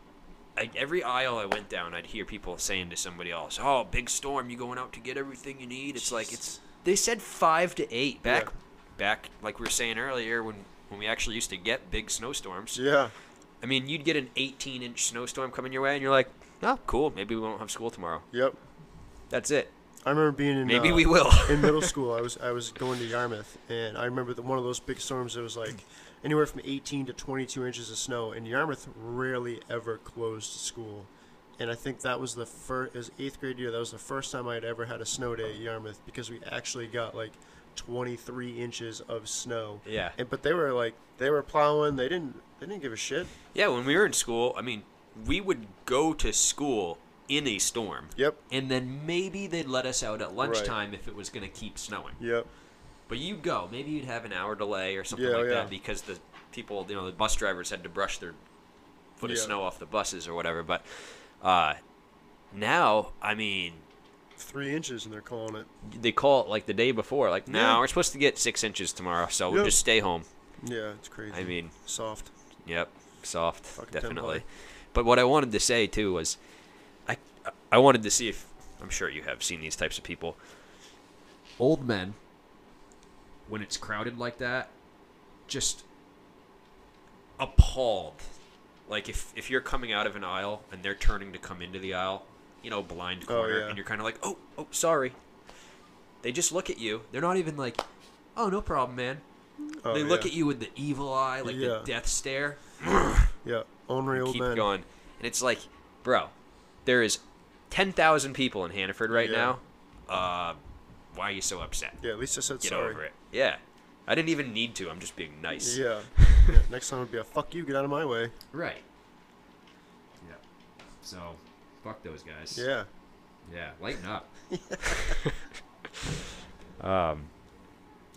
A: I, every aisle I went down, I'd hear people saying to somebody else, "Oh, big storm! You going out to get everything you need?" It's like it's. They said five to eight back,
B: Yeah.
A: back like we were saying earlier when when we actually used to get big snowstorms.
B: Yeah.
A: I mean, you'd get an 18 inch snowstorm coming your way, and you're like, oh, cool. Maybe we won't have school tomorrow.
B: Yep.
A: That's it.
B: I remember being in
A: Maybe
B: uh,
A: we will.
B: in middle school. I was I was going to Yarmouth, and I remember that one of those big storms. It was like anywhere from 18 to 22 inches of snow, and Yarmouth rarely ever closed school. And I think that was the first, was eighth grade year. That was the first time I had ever had a snow day at Yarmouth because we actually got like 23 inches of snow.
A: Yeah.
B: And but they were like they were plowing. They didn't they didn't give a shit.
A: Yeah, when we were in school, I mean, we would go to school in a storm.
B: Yep.
A: And then maybe they'd let us out at lunchtime if it was going to keep snowing.
B: Yep.
A: But you'd go. Maybe you'd have an hour delay or something
B: Yeah,
A: like
B: yeah.
A: that because the people, you know, the bus drivers had to brush their foot of
B: Yeah.
A: snow off the buses or whatever. But uh, now, I mean,
B: Three inches, and they're calling it.
A: they call it like the day before. Like, no,
B: Yeah.
A: we're supposed to get six inches tomorrow, so we'll
B: Yep.
A: just stay home.
B: Yeah, it's crazy.
A: I mean,
B: soft.
A: Yep, soft,
B: Fucking
A: definitely.
B: Templar.
A: But what I wanted to say too was, I I wanted to see if I'm sure you have seen these types of people. Old men, when it's crowded like that, just appalled. Like if if you're coming out of an aisle and they're turning to come into the aisle, you know, blind
B: Oh,
A: corner,
B: yeah.
A: and you're kind of like, oh, oh, sorry. They just look at you. They're not even like, oh, no problem, man.
B: Oh,
A: they look
B: yeah.
A: at you with the evil eye, like
B: Yeah.
A: the death stare
B: Yeah, ornery old
A: keep
B: men.
A: going. And it's like, bro, there is 10,000 people in Hanaford right
B: Yeah.
A: now. Uh, why are you so upset?
B: Yeah, at least I said
A: Get
B: sorry.
A: over it. Yeah. I didn't even need to. I'm just being nice.
B: Yeah. yeah. Next time would be a fuck you, get out of my way.
A: Right. Yeah. So, fuck those guys.
B: Yeah.
A: Yeah. Lighten up.
B: Yeah,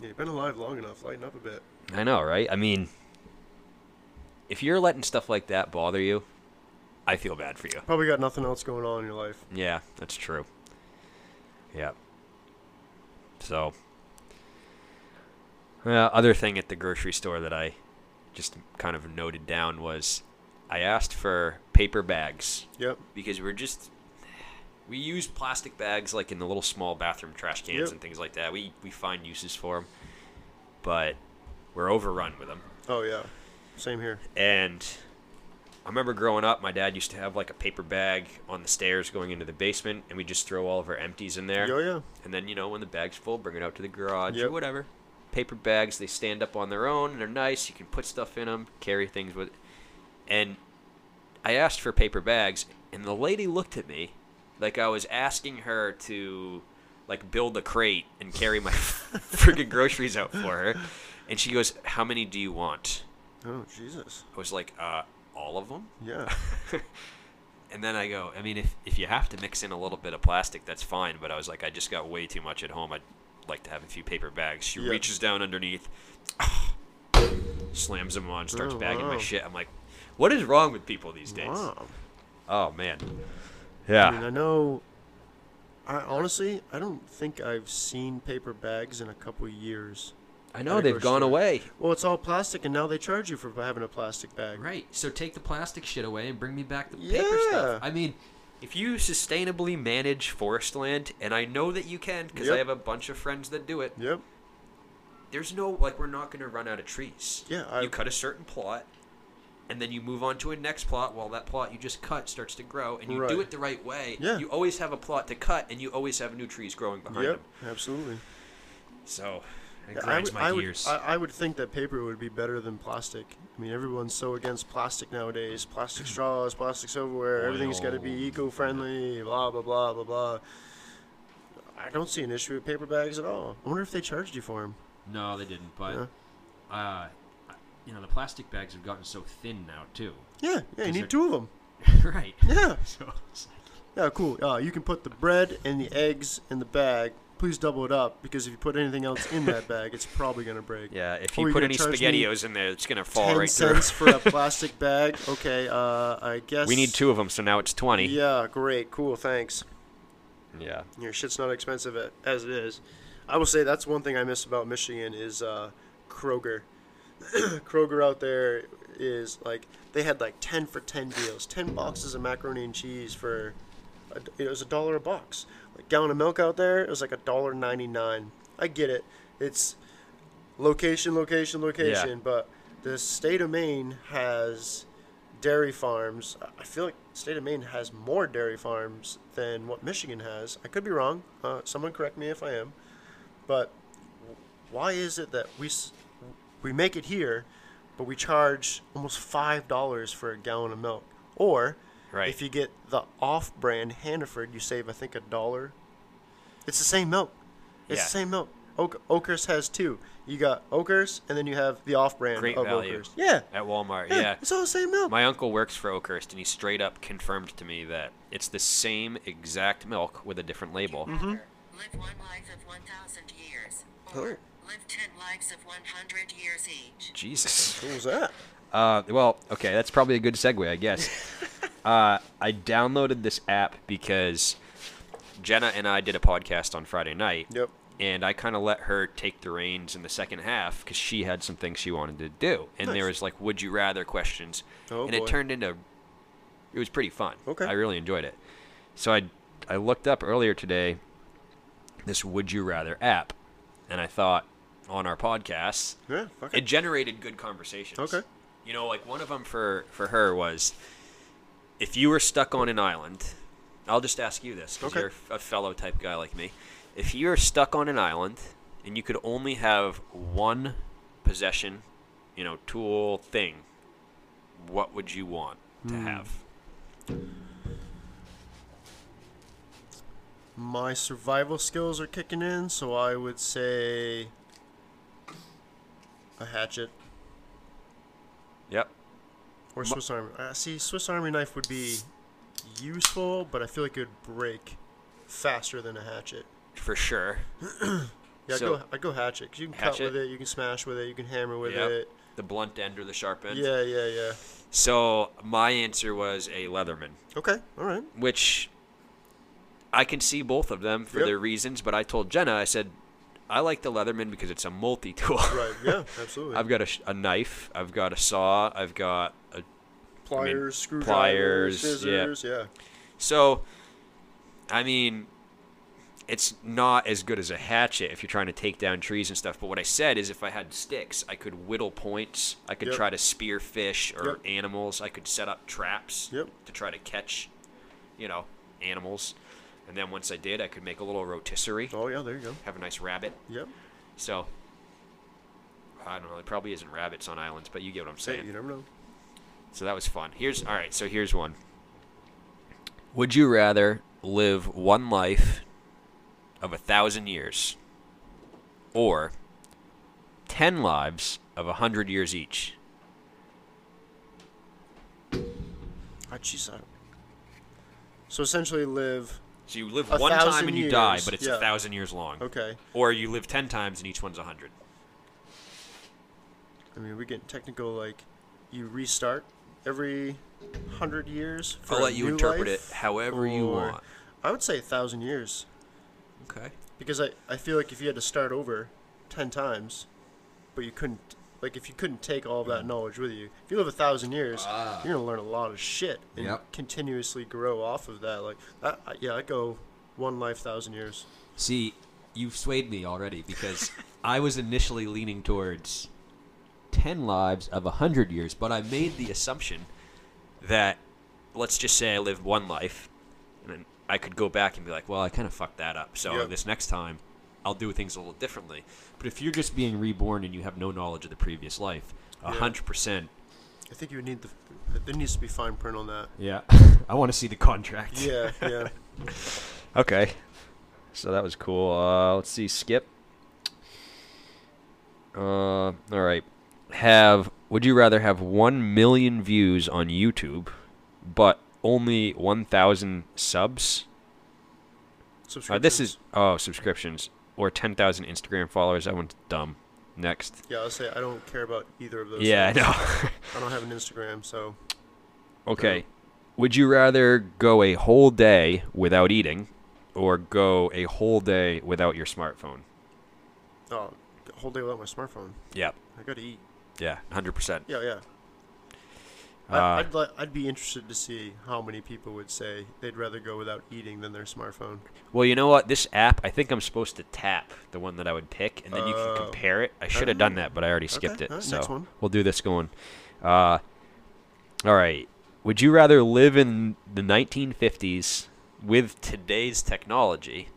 B: you've been alive long enough. Lighten up a bit.
A: I know, right? I mean, if you're letting stuff like that bother you, I feel bad for you.
B: Probably got nothing else going on in your life.
A: Yeah, that's true. Yeah. So, uh, other thing at the grocery store that I just kind of noted down was I asked for paper bags
B: Yep.
A: because we're just we use plastic bags like in the little small bathroom trash cans
B: Yep.
A: and things like that. We we find uses for them, but we're overrun with them.
B: Oh yeah. Same here.
A: And I remember growing up, my dad used to have like a paper bag on the stairs going into the basement, and we just throw all of our empties in there.
B: Oh yeah.
A: And then, you know, when the bag's full, bring it out to the garage
B: Yep.
A: or whatever. Paper bags, they stand up on their own. They're nice. You can put stuff in them, carry things with. And I asked for paper bags, and the lady looked at me like I was asking her to like build a crate and carry my friggin' groceries out for her. And she goes, "How many do you want?"
B: Oh Jesus.
A: I was like, uh, all of them?
B: Yeah.
A: And then I go, I mean, if, if you have to mix in a little bit of plastic, that's fine. But I was like, I just got way too much at home. I'd like to have a few paper bags. She
B: Yeah.
A: reaches down underneath, slams them on, starts
B: Oh,
A: bagging
B: wow.
A: my shit. I'm like, what is wrong with people these days? Ah.
B: Wow.
A: Oh, man.
B: I mean,
A: Yeah.
B: I know. I honestly, I don't think I've seen paper bags in a couple years.
A: I
B: at
A: know,
B: a
A: they've
B: grocery
A: gone
B: store.
A: away.
B: Well, it's all plastic, and now they charge you for having a plastic bag.
A: Right. So take the plastic shit away and bring me back the
B: paper
A: paper
B: stuff.
A: stuff.
B: Yeah.
A: I mean, if you sustainably manage forest land, and I know that you can because
B: Yep.
A: I have a bunch of friends that do it,
B: Yep.
A: there's no like we're not going to run out of trees.
B: Yeah, I-
A: you cut a certain plot, and then you move on to a next plot. While that plot you just cut starts to grow, and you
B: Right.
A: do it the right way.
B: Yeah.
A: you always have a plot to cut, and you always have new trees growing behind
B: Yep.
A: them.
B: Absolutely.
A: So it
B: Yeah,
A: grinds
B: would-
A: my
B: would-
A: gears.
B: I, I would think that paper would be better than plastic. I mean, everyone's so against plastic nowadays. Plastic straws, plastic silverware, everything's got to be
A: Oil.
B: eco-friendly. Blah blah blah blah blah. I don't see an issue with paper bags at all. I wonder if they charged you for them.
A: no, they didn't.
B: Yeah,
A: But uh, you know the plastic bags have gotten so thin now too.
B: yeah, yeah you
A: Is
B: need
A: it-
B: two of them.
A: right.
B: Yeah,
A: So it's like,
B: yeah, cool. Uh, you can put the bread and the eggs in the bag. Please double it up because if you put anything else in that bag, it's probably gonna break.
A: yeah, if
B: Or
A: you
B: you're
A: put
B: gonna
A: any
B: charge me
A: spaghettios in there, it's gonna fall
B: Ten
A: right
B: cents
A: through.
B: for a plastic bag. Okay, uh, I guess
A: we need two of them, so now it's twenty.
B: Yeah, great, cool, thanks.
A: yeah.
B: Your shit's not expensive a- as it is. I will say that's one thing I miss about Michigan is uh, Kroger. Kroger out there is like they had like ten for ten deals, ten boxes of macaroni and cheese for a, it was a dollar a box. Like gallon of milk out there, it was like a dollar ninety nine. I get it. It's location, location, location, but the state of Maine has dairy farms. I- I feel like the state of Maine has more dairy farms than what Michigan has. I could be wrong. Uh, someone correct me if I am. But w- why is it that we s- we make it here, but we charge almost five dollars for a gallon of milk? Or
A: Right.
B: if you get the off-brand Hannaford, you save I think a dollar. It's the same milk. It's
A: Yeah.
B: the same milk. Oak- Oakhurst has two. You got Oakhurst, and then you have the off-brand
A: Great
B: of
A: value.
B: Oakhurst. Yeah.
A: At Walmart,
B: Yeah,
A: yeah.
B: It's all the same milk.
A: My uncle works for Oakhurst, and he straight up confirmed to me that it's the same exact milk with a different label.
B: Mm.
C: Live one life of 1,000 years. Or live 10 lives of 100 years each.
A: Jesus.
B: what was that?
A: Uh, well, okay, that's probably a good segue, I guess. uh, I downloaded this app because Jenna and I did a podcast on Friday night.
B: Yep.
A: And I kind of let her take the reins in the second half because she had some things she wanted to do, and there was
B: Nice.
A: like "Would you rather" questions,
B: Oh,
A: and it
B: boy.
A: turned into it was pretty fun.
B: Okay.
A: I really enjoyed it. So I I looked up earlier today this "Would you rather" app, and I thought on our podcast
B: Yeah, fuck
A: it generated good conversations.
B: Okay.
A: You know, like one of them for for her was, if you were stuck on an island, I'll just ask you this because
B: Okay.
A: you're a fellow type guy like me. If you were stuck on an island and you could only have one possession, you know, tool thing, what would you want to
B: Hmm.
A: have?
B: My survival skills are kicking in, so I would say a hatchet
A: Yep.
B: or Swiss Army. Uh, see, Swiss Army knife would be useful, but I feel like it would break faster than a hatchet.
A: For sure.
B: Yeah,
A: So-
B: I'd, go, I'd go hatchet because you can
A: Hatchet?
B: cut with it, you can smash with it, you can hammer with
A: Yep.
B: it.
A: The blunt end or the sharp end.
B: Yeah, yeah, yeah.
A: So my answer was a Leatherman.
B: Okay, all right.
A: which I can see both of them for
B: Yep.
A: their reasons, but I told Jenna, I said, I like the Leatherman because it's a multi tool.
B: Right, yeah, absolutely.
A: I've got a, sh- a knife, I've got a saw, I've got a.
B: pliers,
A: mean,
B: screwdrivers,
A: pliers, yeah.
B: scissors, yeah.
A: So, I mean, it's not as good as a hatchet if you're trying to take down trees and stuff, but what I said is if I had sticks, I could whittle points, I could
B: Yep.
A: try to spear fish or
B: Yep.
A: animals, I could set up traps
B: Yep.
A: to try to catch, you know, animals. And then once I did, I could make a little rotisserie.
B: Oh, yeah, there you go.
A: have a nice rabbit.
B: Yep.
A: So I don't know. There probably isn't rabbits on islands, but you get what I'm
B: Hey,
A: saying.
B: you never know.
A: So that was fun. Here's all right. So here's one. Would you rather live one life of a thousand years, or ten lives of a hundred years each?
B: Ah, jeez, I- So essentially, live.
A: So you live
B: A
A: one time
B: thousand
A: and you die,
B: years,
A: but it's
B: yeah.
A: a thousand years long.
B: Okay.
A: Or you live ten times and each one's a hundred.
B: I mean, we're getting technical. Like, you restart every hundred years. For
A: I'll
B: a
A: let you
B: new
A: interpret
B: life,
A: it however you
B: or-
A: want.
B: I would say a thousand years
A: Okay.
B: because I, I feel like if you had to start over ten times, but you couldn't like if you couldn't take all of that
A: Mm-hmm.
B: knowledge with you. If you live a thousand years, you're gonna learn a lot of shit and
A: Yep.
B: continuously grow off of that. Like, I, I, yeah, I go one life, thousand years.
A: See, you've swayed me already because I was initially leaning towards 10 lives of 100 years, but I made the assumption that let's just say I lived one life and then I could go back and be like, well, I kind of fucked that up. So
B: Yeah.
A: this next time, I'll do things a little differently. But if you're just being reborn and you have no knowledge of the previous life, a
B: Yeah.
A: 100%.
B: I think you would need the. There needs to be fine print on that.
A: Yeah. I want to see the contract.
B: Yeah, yeah.
A: Okay. So that was cool. Uh, let's see, Skip. Uh, all right. Have would you rather have one million views on YouTube, but only one thousand subs? Uh,
B: Subscriptions.
A: this is oh subscriptions or ten thousand Instagram followers. That one's dumb. Next.
B: Yeah, I'll say I don't care about either of those.
A: Yeah, I
B: things.
A: know.
B: I don't have an Instagram, so
A: okay. Would you rather go a whole day without eating, or go a whole day without your smartphone?
B: oh, whole day without my smartphone.
A: Yep.
B: I gotta eat.
A: Yeah, hundred percent.
B: Yeah, yeah.
A: Uh,
B: I I'd li- I'd be interested to see how many people would say they'd rather go without eating than their smartphone.
A: Well, you know what? This app, I think I'm supposed to tap the one that I would pick, and then you can
B: Oh.
A: compare it. I should have done that, but I already skipped
B: Okay,
A: it.
B: alright,
A: so
B: next one.
A: we'll do this going. Uh, All right. Would you rather live in the 1950s with today's technology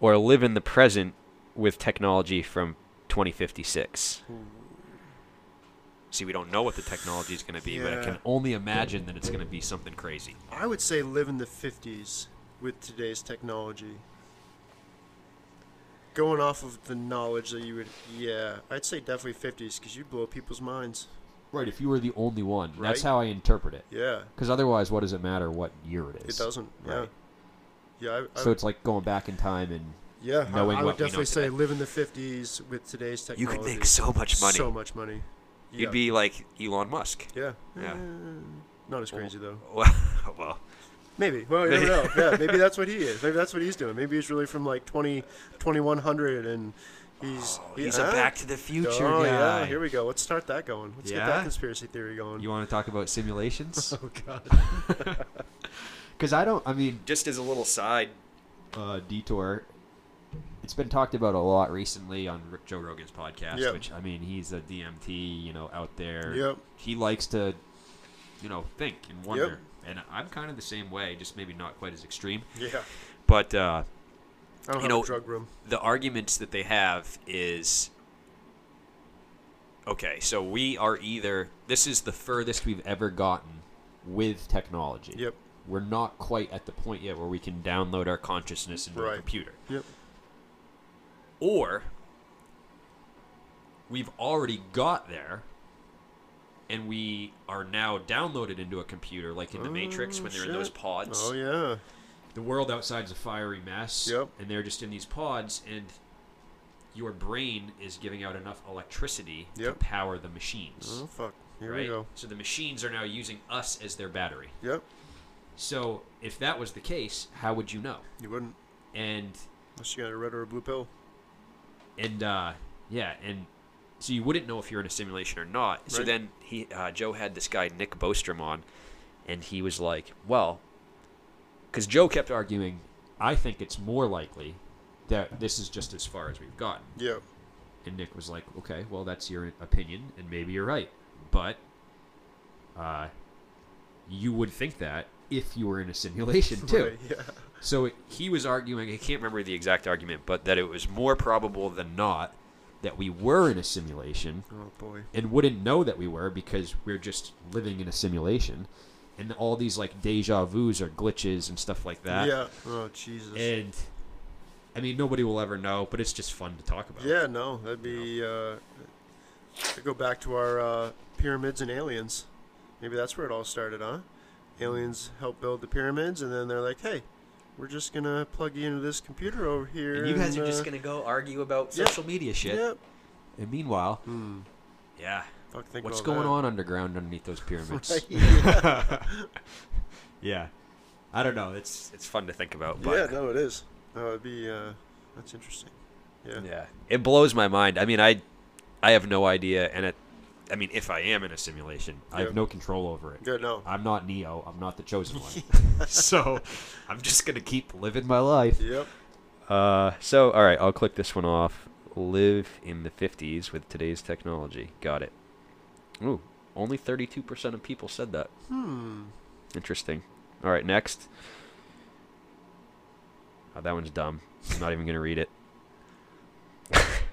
A: or live in the present with technology from 2056? See, we don't know what the technology is going to be, but I can
B: Yeah.
A: only imagine that it's going to be something crazy.
B: I would say live in the 50s with today's technology. Going off of the knowledge that you would, yeah, I'd say definitely 50s because you blow people's minds.
D: Right, if you were the only one. That's
B: Right.
D: how I interpret it.
B: Yeah,
D: Because otherwise, what does it matter what year it
B: it
D: is?
B: doesn't.
D: Right.
B: Yeah, yeah, I, I,
D: So it's like going back in time and
B: yeah. I-
D: knowing
B: I,
D: what we
B: would
D: know
B: definitely say
A: today.
B: live in the 50s with today's
A: You
B: technology.
A: could make so much money.
B: So much money. Yeah.
A: You'd be like Elon Musk.
B: yeah,
A: Yeah.
B: not as crazy though.
A: well,
B: Maybe. Well, you don't know. Yeah, maybe that's what he is. Maybe that's what he's doing. Maybe he's really from like 20, 2100 and he's he-
A: Oh, he's a
B: huh?
A: Back to the Future
B: oh,
A: guy.
B: yeah, here we go. Let's start that going. Let's get
D: Yeah?
B: that conspiracy theory going.
D: You want to talk about simulations? oh god. Because I don't. I mean,
A: Just as a little side.
D: uh, detour. It's been talked about a lot recently on R- Joe Rogan's podcast.
B: Yep.
D: Which I mean, he's a DMT. You know, out there.
B: Yep.
D: He likes to, you know, think and wonder. And I'm kind of the same way, just maybe not quite as extreme.
B: yeah.
A: But uh,
B: I don't
A: You
B: have
A: know-
B: a drug room.
A: the arguments that they have is okay, so we are either. This is the furthest.
D: Furthest we've ever gotten with technology.
B: Yep.
D: We're not quite at the point yet where we can download our consciousness into a
B: Right.
D: computer.
B: Yep.
A: or we've already got there and we are now downloaded into a computer like in the matrix when they're in those
B: shit.
A: pods
B: Oh yeah.
D: the world outside's a fiery mess
B: Yep.
D: and they're just in these pods and your brain is giving out enough electricity
B: Yep.
D: to power the machines
B: Oh fuck. Here
D: right
B: we go.
D: so the machines are now using us as their battery
B: Yep.
D: so if that was the case how would you know
B: You wouldn't
D: and
B: unless you got a red or a blue pill.
D: and uh
A: yeah and so you wouldn't know if you're in a simulation or not so
B: Right.
A: then he uh, joe had this guy nick bostrom on and he was like well because joe kept arguing
D: arguing i think it's more likely that this is just as far as we've gotten
B: Yep.
D: And Nick was like, okay, well, that's your opinion, and maybe you're right. But uh, you would think that if you were in a simulation, too.
B: Right, yeah.
D: So it- he was arguing,
A: i
D: it-
A: can't remember the exact argument but that it was more probable than not
D: that we were in a simulation
B: Oh boy.
D: and wouldn't know that we were because we're just living in a simulation. And all these, like, deja vus or glitches and stuff like that.
B: yeah. Oh Jesus.
D: And, I mean, nobody will ever know, but it's just fun to talk about.
B: yeah. No. That'd be. Uh, I'd go back to our uh, pyramids and aliens. Maybe that's where it all started, huh? Aliens helped build the pyramids, and then they're like, "Hey, we're just gonna plug you into this computer over here."
D: And you guys are just
B: uh,
D: going to go argue about
B: yep.
D: social media shit.
B: Yep.
D: And meanwhile,
B: Hmm.
A: yeah
B: Fuck, think
D: What's
B: about
D: going
B: that.
D: on underground underneath those pyramids? yeah. I don't know. It's
A: it's fun to think about but
B: Yeah, no, it is. No, it'd be uh, that's interesting. Yeah.
A: Yeah, it blows my mind. I mean, I, I have no idea, and it, I mean, if I am in a simulation,
D: I have no control over it.
B: Yeah, no.
D: I'm not Neo. I'm not the chosen one. so I'm just gonna keep living my life.
B: Yep.
A: uh, so all right, I'll click this one off. Live in the '50s with today's technology. Got it. Ooh, only 32 percent of people said that. Hmm. Interesting. All right, next. Oh, that one's dumb. I'm not even gonna read it.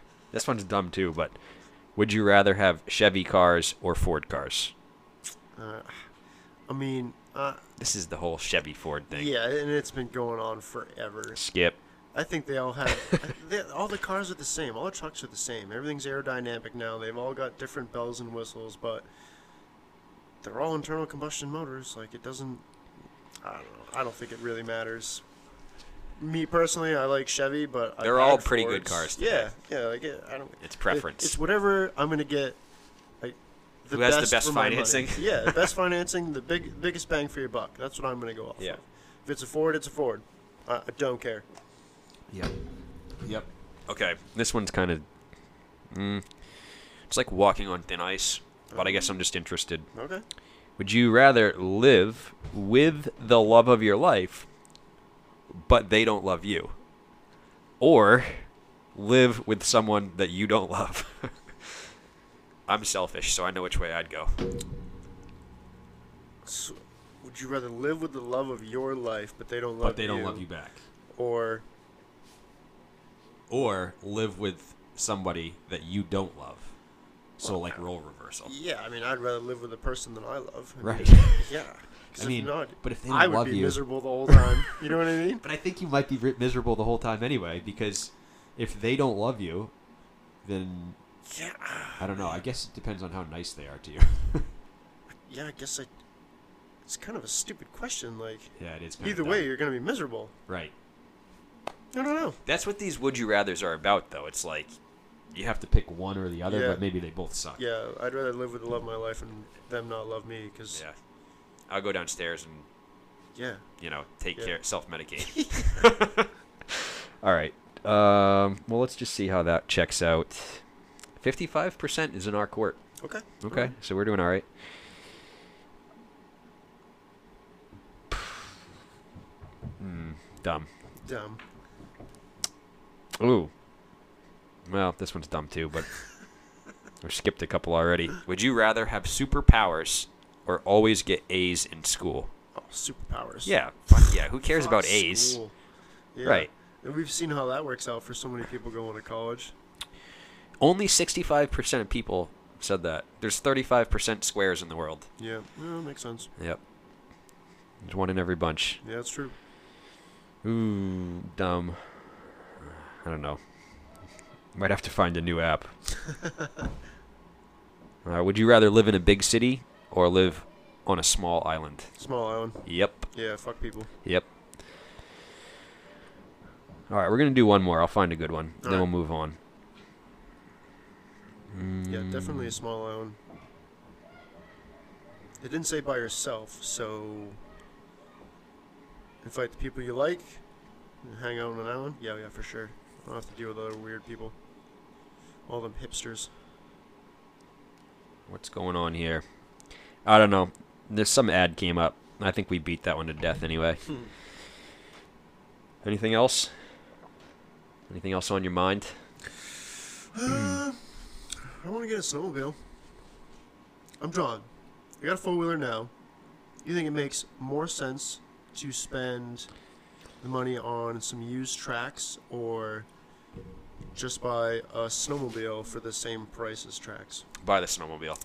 A: this one's dumb too. But would you rather have Chevy cars or Ford cars?
B: Uh, I mean, uh,
A: This is the whole Chevy Ford thing.
B: yeah, and it's been going on forever.
A: Skip.
B: I think they all have. they, all the cars are the same. All the trucks are the same. Everything's aerodynamic now. They've all got different bells and whistles, but they're all internal combustion motors. Like it doesn't. I don't know. I don't think it really matters. Me personally, I like Chevy, but I
A: They're all
B: had
A: pretty good cars
B: Fords. Yeah,
A: today.
B: yeah. Like it, I don't.
A: It's
B: it-
A: preference.
B: it's whatever I'm gonna get. Like the
A: Who has the best
B: for my money.
A: financing?
B: yeah, the best financing, the big biggest bang for your buck. That's what I'm gonna go off.
A: Yeah.
B: Of. If it's a Ford, it's a Ford. I, I don't care.
D: Yep. Yep.
A: Okay. This one's kind of. Mm, it's like walking on thin ice, but I guess I'm just interested.
B: Okay.
A: Would you rather live with the love of your life, but they don't love you? Or live with someone that you don't love? I'm selfish, so I know which way I'd go.
B: s would you rather live with the love of your life, but they don't love you,
E: but they don't love you back.
B: or
E: Or live with somebody that you don't love. So like role reversal.
B: yeah? I mean, I'd rather live with a person than I love. I mean,
E: Right.
B: yeah. 'Cause
E: I
B: if
E: mean,
B: not,
E: but if they
B: I
E: don't
B: would
E: love
B: be
E: you-
B: miserable the whole time. You know what I mean?
E: But I think you might be ri- miserable the whole time anyway because if they don't love you, then
B: Yeah.
E: I don't know. I guess it depends on how nice they are to you.
B: Yeah, I guess I. It's kind of a stupid question. Like,
E: yeah, it is. kinda
B: either
E: dumb.
B: way, you're gonna be miserable.
E: right?
B: I don't know.
A: That's what these would you rather's are about, though. It's like,
E: You have to pick one or the other,
B: Yeah.
E: but maybe they both suck.
B: Yeah, I'd rather live with the love of my life and them not love me. Cause
A: yeah, I'll go downstairs and
B: yeah.
A: you know take
B: Yeah.
A: care, self medicate. All right. Um, well, let's just see how that checks out. Fifty-five percent is in our court.
B: Okay.
A: Okay, so we're doing all right. Hmm, dumb.
B: Dumb.
A: Ooh. Well, this one's dumb too, but we skipped a couple already. Would you rather have superpowers or always get A's in school?
B: Oh, superpowers.
A: Yeah, fuck yeah. Who cares
B: Fuck
A: about A's?
B: school. Yeah.
A: Right.
B: And we've seen how that works out for so many people going to college.
A: Only 65% of people said that. There's 35% squares in the world.
B: Yeah. Well, makes sense.
A: Yep. There's one in every bunch.
B: Yeah, that's true.
A: Ooh, dumb. I don't know. Might have to find a new app. uh, would you rather live in a big city or live on a small island?
B: Small island.
A: Yep.
B: Yeah, fuck people.
A: Yep. All right, we're gonna do one more. I'll find a good one. then
B: right.
A: we'll move on.
B: Yeah, definitely a small island. It didn't say by yourself, so invite the people you like, and hang out on an island. Yeah, yeah, for sure. I don't have to deal with other weird people. All them hipsters.
A: What's going on here? I don't know. There's some ad came up. I think we beat that one to death anyway.
B: Hmm.
A: Anything else? Anything else on your mind?
B: I want to get a snowmobile. I'm John. I got a four wheeler now. You think it makes more sense to spend the money on some used tracks or just buy a snowmobile for the same price as tracks?
A: Buy the snowmobile,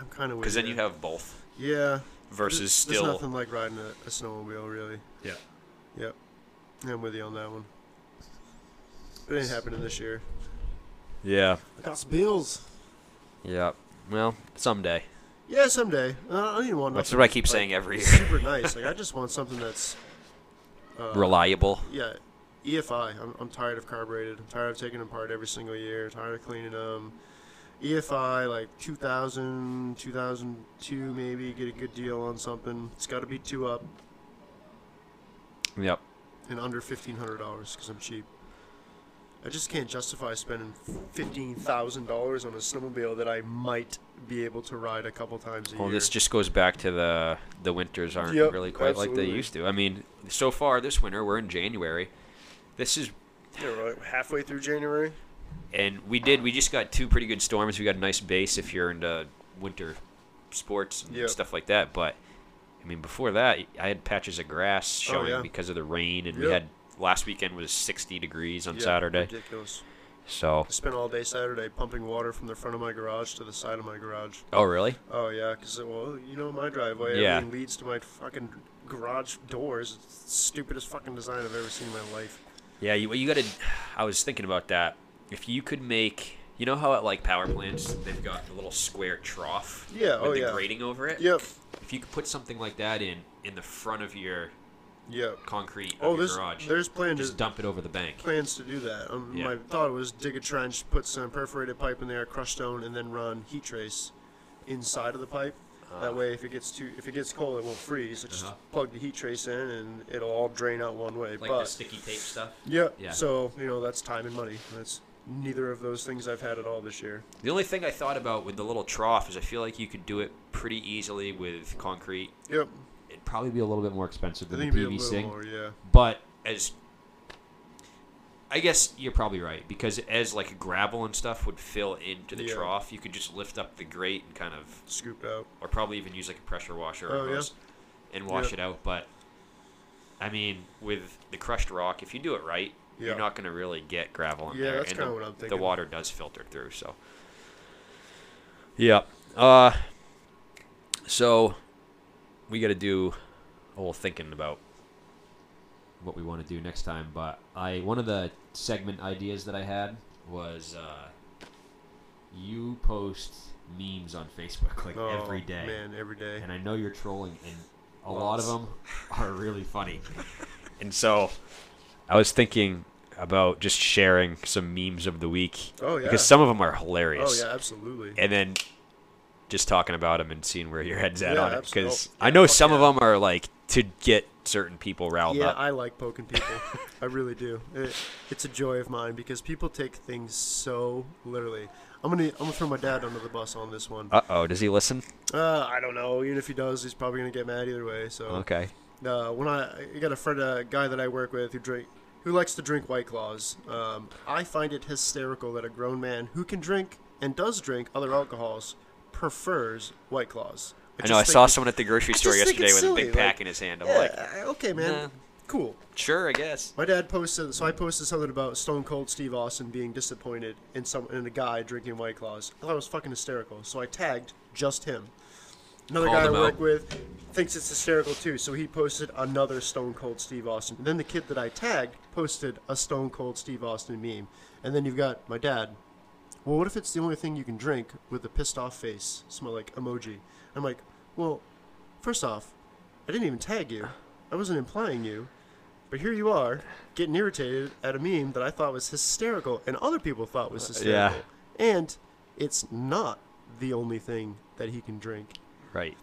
B: I'm kind of
A: because then you have both.
B: yeah
A: Versus
B: There's-
A: still,
B: there's nothing like riding a, a snowmobile really.
D: Yeah.
B: Yep, I'm with you on that one. But it ain't happening this year.
A: yeah,
B: I got some bills.
A: yeah. Well, someday.
B: Yeah, someday. I don't I don't even want.
A: That's
B: nothing
A: what I keep
B: like-
A: saying every
B: It's
A: year.
B: super nice. Like I just want something that's uh,
A: Reliable.
B: Yeah, EFI. I'm, I'm tired of carbureted. I'm tired of taking them apart every single year. Tired of cleaning them. EFI like 2000, 2002 maybe. Get a good deal on something. It's got to be two up
A: Yep.
B: and under fifteen hundred dollars because I'm cheap. I just can't justify spending fifteen thousand dollars on a snowmobile that I might be able to ride a couple times a
A: Well,
B: year.
A: this just goes back to the the winters aren't
B: Yep,
A: really quite like they
B: absolutely.
A: used to. I mean, so far this winter we're in January. This is
B: Yeah, right, halfway through January.
A: and we did. We just got two pretty good storms. We got a nice base if you're into winter sports and
B: Yep.
A: stuff like that. But I mean, before that, I had patches of grass showing
B: Oh, yeah.
A: because of the rain, and we
B: Yep.
A: had last weekend was 60 degrees on
B: Yeah,
A: Saturday.
B: Ridiculous.
A: So,
B: I spent all day Saturday pumping water from the front of my garage to the side of my garage.
A: oh really?
B: Oh yeah, 'cause well, you know my driveway.
A: Yeah.
B: Everything leads to my fucking garage doors. It's the stupidest fucking design I've ever seen in my life.
A: Yeah, you, you got to. I was thinking about that. If you could make, you know how at like power plants they've got the little square trough.
B: Yeah,
A: With
B: oh,
A: the
B: yeah.
A: grating over it.
B: Yep.
A: If you could put something like that in in the front of your
B: Yep.
A: concrete of
B: Oh,
A: your
B: there's
A: garage,
B: there's plans
A: just
B: to,
A: dump it over the bank.
B: plans to do that. Um,
A: Yeah.
B: My thought was dig a trench, put some perforated pipe in there, crush stone, and then run heat trace inside of the pipe. that way, if it gets too if it gets cold, it won't freeze. I just
A: Uh-huh.
B: plug the heat trace in, and it'll all drain out one way.
A: Like
B: but
A: the sticky tape stuff.
B: Yeah.
A: Yeah.
B: So you know that's time and money. That's neither of those things I've had at all this year.
A: The only thing I thought about with the little trough is I feel like you could do it pretty easily with concrete.
B: Yep.
D: It'd probably be a little bit more expensive
B: I
D: than
B: think
D: the
B: it'd be a
D: PVC,
B: little more. Yeah.
D: but
A: As
D: I guess you're probably right because as like gravel and stuff would fill into the
B: Yeah.
D: trough, you could just lift up the grate and kind of,
B: scooped out.
D: or probably even use like a pressure washer or
B: Oh, yeah.
D: hose and wash
B: Yeah.
D: it out. But I mean, with the crushed rock, if you do it right,
B: Yeah.
D: you're not going to really get gravel in
B: Yeah,
D: there.
B: that's
D: and the-
B: kinda what I'm
D: The
B: thinking.
D: water does filter through, so. Yeah. Uh,
A: So we got to do a little thinking about.
D: what we want to do next time. But I one of the segment ideas that I had was uh, you post memes on Facebook like
B: Oh,
D: every day,
B: man, every day.
D: and I know you're trolling, and a lot of them are really funny.
A: And so I was thinking about just sharing some memes of the week.
B: Oh, yeah.
A: Because some of them are
B: Oh
A: hilarious.
B: yeah, absolutely.
A: And then just talking about them and seeing where your head's at
B: Yeah,
A: on it.
B: absolutely.
A: Because
B: Oh,
A: I
B: yeah,
A: know
B: fuck
A: some of
B: yeah.
A: 'em of them are like to get certain people riled
B: Yeah,
A: up.
B: I like poking people. I really do. It, it's a joy of mine because people take things so literally. I'm gonna I'm gonna throw my dad under the bus on this one.
A: Uh oh, does he listen?
B: Uh, I don't know. Even if he does, he's probably gonna get mad either way. So
A: Okay.
B: uh, when I, I got a friend, a guy that I work with who drink, who likes to drink White Claws. Um, I find it hysterical that a grown man who can drink and does drink other alcohols prefers White Claws.
A: I know. I
B: just
A: saw
B: think
A: someone at the grocery
B: I
A: store
B: just think
A: yesterday with
B: it's
A: a
B: silly,
A: big pack
B: like-
A: in his hand. I'm
B: it's-
A: like,
B: Yeah, okay, man.
A: nah.
B: Cool.
A: sure, I guess.
B: My dad posted, so I posted something about Stone Cold Steve Austin being disappointed in some in a guy drinking White Claws. I thought it was fucking hysterical, so I tagged just him. Another
D: Called
B: guy I
D: him
B: work
D: out.
B: with thinks it's hysterical too, so he posted another Stone Cold Steve Austin. And then the kid that I tagged posted a Stone Cold Steve Austin meme. And then you've got my dad. Well, what if it's the only thing you can drink with a pissed off face, smell like emoji? I'm like, well, first off, I didn't even tag you. I wasn't implying you. But here you are, getting irritated at a meme that I thought was hysterical and other people thought was hysterical. And it's not the only thing that he can drink.
A: Right.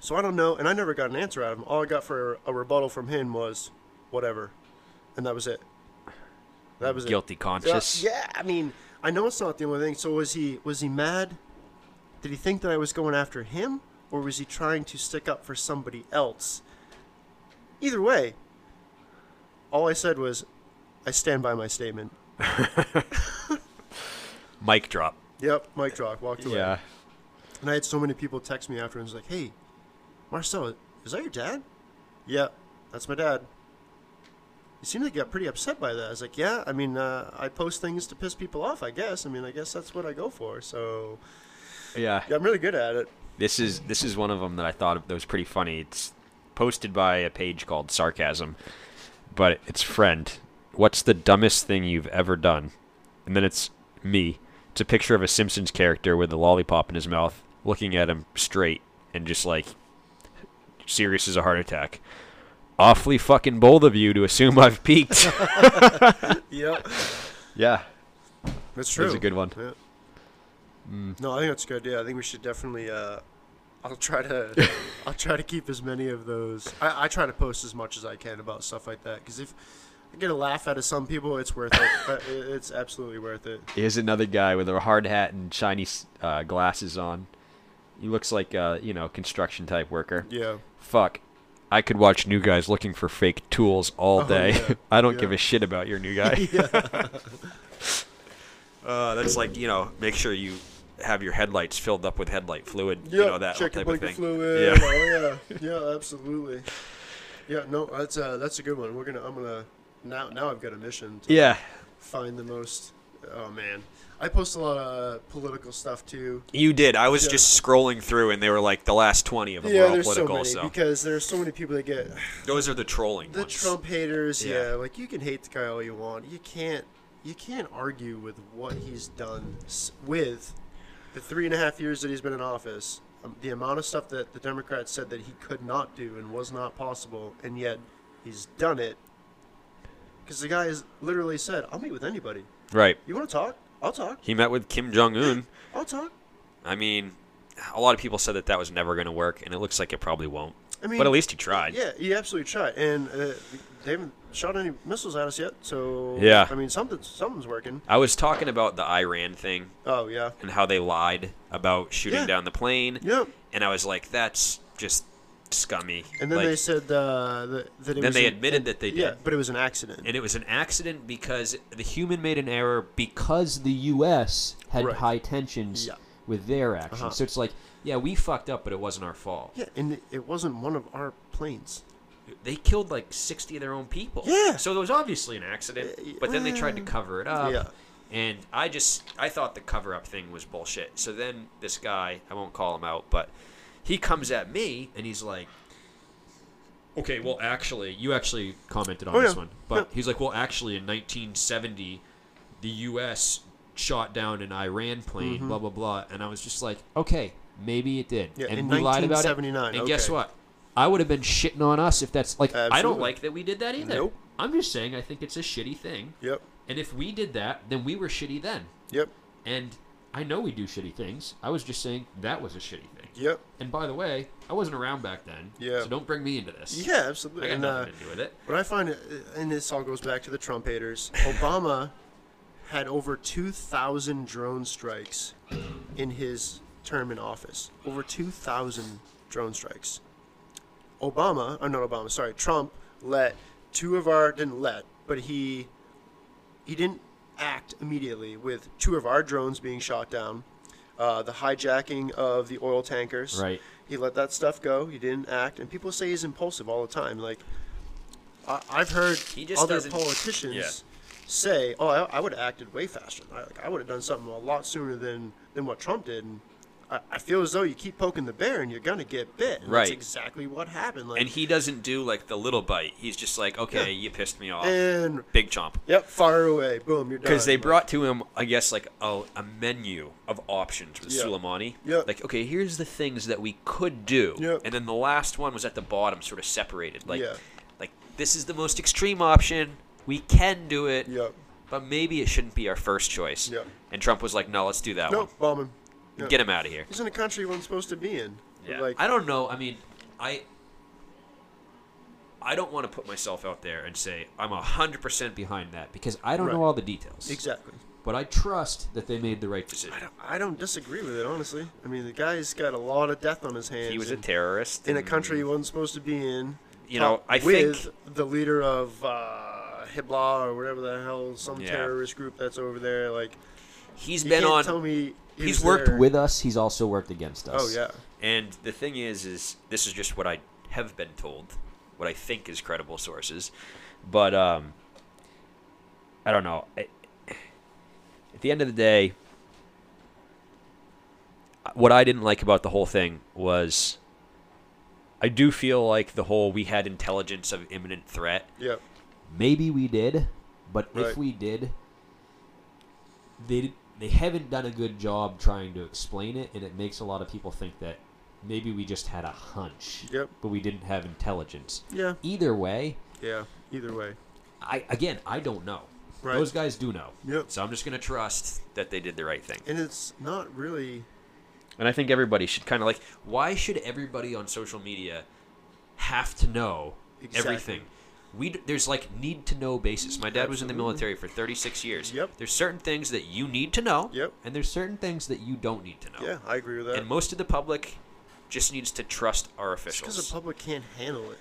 B: So I don't know, and I never got an answer out of him. All I got for a rebuttal from him was whatever. And that was it. That was
A: Guilty
B: it. Yeah,
A: conscious.
B: Yeah, I mean, I know it's not the only thing. So was he was he mad? Did he think that I was going after him or was he trying to stick up for somebody else? Either way, all I said was I stand by my statement.
A: Mic drop.
B: Yep, Mike drop, walked away. And I had so many people text me after and was like, hey, Marcel, is that your dad? Yeah, that's my dad. You seem like you got pretty upset by that. I was like, yeah, I mean, uh, I post things to piss people off, I guess. I mean, I guess that's what I go for. So
A: Yeah.
B: yeah, I'm really good at it.
A: This is this is one of them that I thought of that was pretty funny. It's posted by a page called Sarcasm, but it's friend. What's the dumbest thing you've ever done? And then it's me. It's a picture of a Simpsons character with a lollipop in his mouth, looking at him straight and just like serious as a heart attack. Awfully fucking bold of you to assume I've peaked.
B: Yep.
A: yeah.
B: That's true.
A: That's a good one. Hmm.
B: Yeah. No, I think that's a good. Yeah, I think we should definitely. Uh, I'll try to. I'll try to keep as many of those. I, I try to post as much as I can about stuff like that because if I get a laugh out of some people, it's worth it. But it- it's absolutely worth it.
A: Here's another guy with a hard hat and shiny uh, glasses on. He looks like a you know construction type worker.
B: Yeah.
A: Fuck, I could watch new guys looking for fake tools all
B: Oh,
A: day.
B: yeah,
A: I don't
B: yeah.
A: give a shit about your new guy. uh, that's like you know, make sure you have your headlights filled up with headlight fluid. you know that
B: check
A: type
B: your
A: of
B: blinker
A: thing.
B: fluid.
A: Yeah.
B: Oh yeah, yeah, absolutely. Yeah, no, that's uh, that's a good one. We're gonna, I'm gonna now, now I've got a mission. To
A: Yeah.
B: Find the most. Oh man, I post a lot of political stuff too.
A: You did. I was
B: Yeah.
A: just scrolling through, and they were like the last twenty of them
B: Yeah,
A: were all
B: there's so
A: political.
B: many
A: So,
B: because there's so many people that get
A: those are the trolling
B: the
A: ones.
B: Trump haters. Yeah.
A: Yeah.
B: like you can hate the guy all you want. You can't you can't argue with what he's done s- with the three and a half years that he's been in office. Um, the amount of stuff that the Democrats said that he could not do and was not possible, and yet he's done it. Because the guy has literally said, "I'll meet with anybody.
A: Right.
B: You want to talk? I'll talk.
A: He met with Kim Jong Un.
B: I'll talk."
A: I mean, a lot of people said that that was never going to work, and it looks like it probably won't.
B: I mean,
A: but at least he tried.
B: Yeah, he absolutely tried, and uh, they haven't shot any missiles at us yet. So
A: Yeah.
B: I mean something something's working.
A: I was talking about the Iran thing
B: Oh yeah,
A: and how they lied about shooting
B: Yeah.
A: down the plane.
B: Yep.
A: And I was like, that's just scummy.
B: And then
A: like,
B: they said uh, that, that it
A: then
B: was
A: they
B: an-
A: admitted that they did.
B: Yeah, but it was an accident.
D: and it was an accident because the human made an error because the U.S. had
B: Right.
D: high tensions
B: Yeah.
D: with their actions.
B: Uh-huh.
D: So it's like, yeah, we fucked up, but it wasn't our fault.
B: yeah, and it- it wasn't one of our planes.
D: They killed like sixty of their own people.
B: Yeah.
D: So it was obviously an accident,
B: Uh, y-
D: but then they tried to
B: well,
D: cover it up.
B: yeah.
D: And I just I thought the cover up thing was bullshit. So then this guy, I won't call him out, but he comes at me and he's like. Okay, well, actually, you actually commented on
B: Oh,
D: this
B: yeah.
D: one, but he's like, well, actually, in 1970, the U.S. shot down an Iran plane, blah blah blah, and I was just like, okay, maybe it did,
B: Mm-hmm. Yeah,
D: and
B: in
D: we lied about it. And
B: 1979,
D: guess
B: okay.
D: what? I would have been shitting on us if that's like I don't
B: Absolutely.
D: like that we did that either.
B: Nope.
D: I'm just saying I think it's a shitty thing,
B: Yep.
D: and if we did that, then we were shitty then,
B: Yep.
D: and I know we do shitty things. I was just saying that was a shitty thing.
B: Yep.
D: And by the way, I wasn't around back then,
B: Yeah.
D: so don't bring me into this.
B: Yeah, absolutely.
D: I got
B: and, uh,
D: nothing to do with it.
B: What I find, and this all goes back to the Trump haters, Obama had over 2,000 drone strikes in his term in office. Over 2,000 drone strikes. Obama, or not Obama, sorry, Trump let two of our, didn't let, but he, he didn't act immediately with two of our drones being shot down, uh, the hijacking of the oil tankers.
D: Right.
B: He let that stuff go. He didn't act. And people say he's impulsive all the time. Like, I, I've heard
A: He just
B: other
A: doesn't-
B: politicians
A: yeah.
B: say, "Oh, I, I would have acted way faster. I, like, I would have done something a lot sooner than than what Trump did." And I, I feel as though you keep poking the bear and you're gonna get bit. And
A: Right.
B: That's exactly what happened. Like,
A: And he doesn't do like the little bite. He's just like, okay,
B: Yeah. Eh.
A: you pissed me off.
B: and
A: Big chomp.
B: yep, fire away. Boom, you're done.
A: Because they
B: Like,
A: brought to him, I guess, like a, a menu of options with
B: Yeah.
A: Suleimani.
B: Yeah.
A: Like, okay, here's the things that we could do.
B: Yeah.
A: And then the last one was at the bottom, sort of separated. Like,
B: Yeah.
A: like this is the most extreme option. We can do it.
B: Yep.
A: But maybe it shouldn't be our first choice.
B: Yeah.
A: And Trump was like, no, let's do that
B: Nope, bomb him.
A: one.
B: Yep.
A: Get him out of here.
B: He's in a country he wasn't supposed to be in.
A: Yeah.
B: Like,
A: I don't know. I mean, I I don't want to put myself out there and say I'm 100% behind.
D: behind that because I don't
B: Right.
D: know all the details.
B: exactly.
D: But I trust that they made the right decision.
B: I don't, I don't disagree with it, honestly. I mean, the guy's got a lot of death on his hands.
A: He was a
B: and-
A: terrorist
B: in a
A: and-
B: country he wasn't supposed to be in.
A: You know,
B: uh,
A: I
B: with
A: think-
B: the leader of uh, Hezbollah or whatever the hell, some
A: Yeah.
B: terrorist group that's over there. Like,
A: He's
B: you
A: been
B: can't
A: on
B: Tell me he
A: he's
B: was
A: worked
B: there.
D: With us, he's also worked against us.
B: Oh yeah,
A: And the thing is, is this is just what I have been told, what I think is credible sources, but um, I don't know. I, at the end of the day, what I didn't like about the whole thing was, I do feel like the whole we had intelligence of imminent threat.
B: yep,
D: Maybe we did, but
B: Right.
D: if we did, they did, they haven't done a good job trying to explain it, and it makes a lot of people think that maybe we just had a hunch,
B: Yep.
D: but we didn't have intelligence.
B: yeah,
D: Either way,
B: yeah. Either way,
D: I again I don't know.
B: Right.
D: Those guys do know.
B: Yep.
A: So I'm just gonna trust that they did the right thing.
B: and it's not really
A: And I think everybody should kind of like
D: why should everybody on social media have to know
B: Exactly.
D: everything? We d- there's like need to know basis. My dad was in the military for 36 years.
B: Yep.
D: There's certain things that you need to know.
B: Yep.
D: And there's certain things that you don't need to know.
B: Yeah, Uh, I agree with that.
A: and most of the public just needs to trust our officials.
B: because the public can't handle it.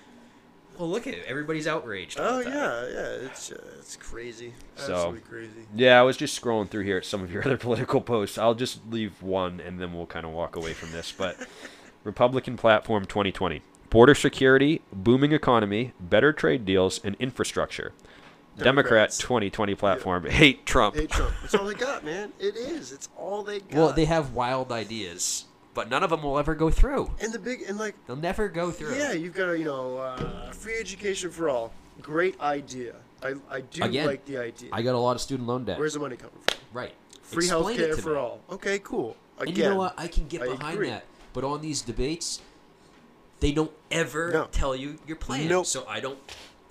D: Well, look at it. Everybody's outraged. all
B: Oh
D: the time.
B: yeah, yeah. It's uh, it's crazy.
A: So-
B: Absolutely crazy.
A: Yeah, I was just scrolling through here at some of your other political posts. I'll just leave one and then we'll kind of walk away from this. But Republican platform 2020 border security, booming economy, better trade deals, and infrastructure. Democrat
B: Democrats.
A: 2020 platform hate Trump.
B: Hey Trump, it's all they got, man. It is. It's all they got.
D: Well, they have wild ideas, but none of them will ever go through.
B: and the big and like
D: They'll never go through.
B: Yeah, you've got to, you know, uh, free education for all. Great idea. I, I do
D: Again,
B: like the idea.
D: I got a lot of student loan debt.
B: Where's the money coming from?
D: right.
B: Free
D: Explain
B: healthcare
D: it to
B: for
D: me.
B: all. Okay, cool. Again,
D: And you know what? I can get
B: I
D: behind
B: agree.
D: that. But on these debates, they don't ever
B: No.
D: tell you your plan.
B: Nope.
D: So I don't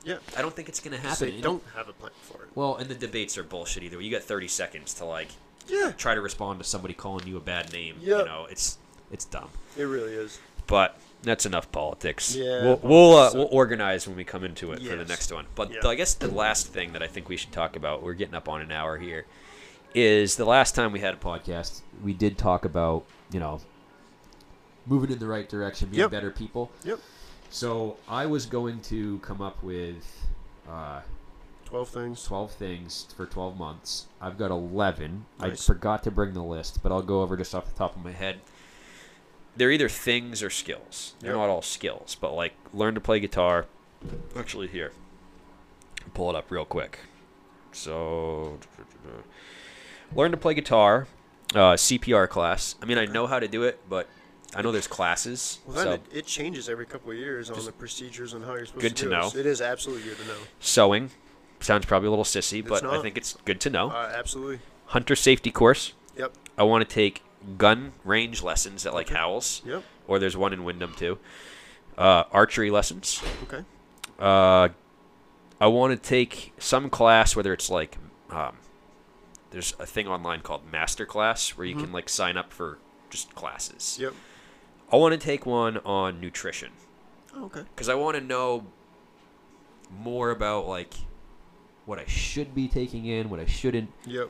B: yeah,
D: I don't think it's going to happen.
B: they
D: And-
B: don't have a plan for it.
D: Well, and the debates are bullshit either way. You got 30 seconds to like
B: Yeah,
D: try to respond to somebody calling you a bad name. You
B: Yep.
D: know, it's it's dumb.
B: it really is.
A: But that's enough politics.
B: Yeah,
A: we'll we'll, uh,
B: politics
A: we'll organize when we come into it for the
B: Yes.
A: next one. But
B: Yeah.
A: the- I guess the last thing that I think we should talk about, we're getting up on an hour here, is the last time we had a podcast.
D: Podcast. We did talk about you know moving in the right direction, being
B: Yep.
D: better people.
B: Yep.
A: So I was going to come up with uh,
B: 12 things.
A: 12 things for 12 months. I've got 11.
B: Nice.
A: I forgot to bring the list, but I'll go over just off the top of my head. They're either things or skills. They're
B: Yep.
A: not all skills, but like learn to play guitar. Actually, here, pull it up real quick. So, learn to play guitar, uh, CPR class. I mean, I know how to do it, but I know there's classes.
B: Well, then
A: so,
B: it, it changes every couple of years on the procedures and how you're supposed
A: Good
B: to
A: to
B: do it.
A: know.
B: So It is absolutely good to know.
A: sewing sounds probably a little sissy,
B: It's
A: but I
B: not.
A: think it's good to know.
B: Uh, absolutely.
A: Hunter safety course.
B: Yep.
A: I want to take gun range lessons at like Howells.
B: Yep.
A: Or there's one in Wyndham too. Uh, archery lessons.
B: Okay.
A: Uh, I want to take some class, whether it's like um, there's a thing online called Master Class where you can like sign up for just classes.
B: Mm-hmm. Yep.
A: I want to take one on nutrition
B: Oh, okay.
A: because I want to know more about like what I should be taking in, what I shouldn't.
B: Yep.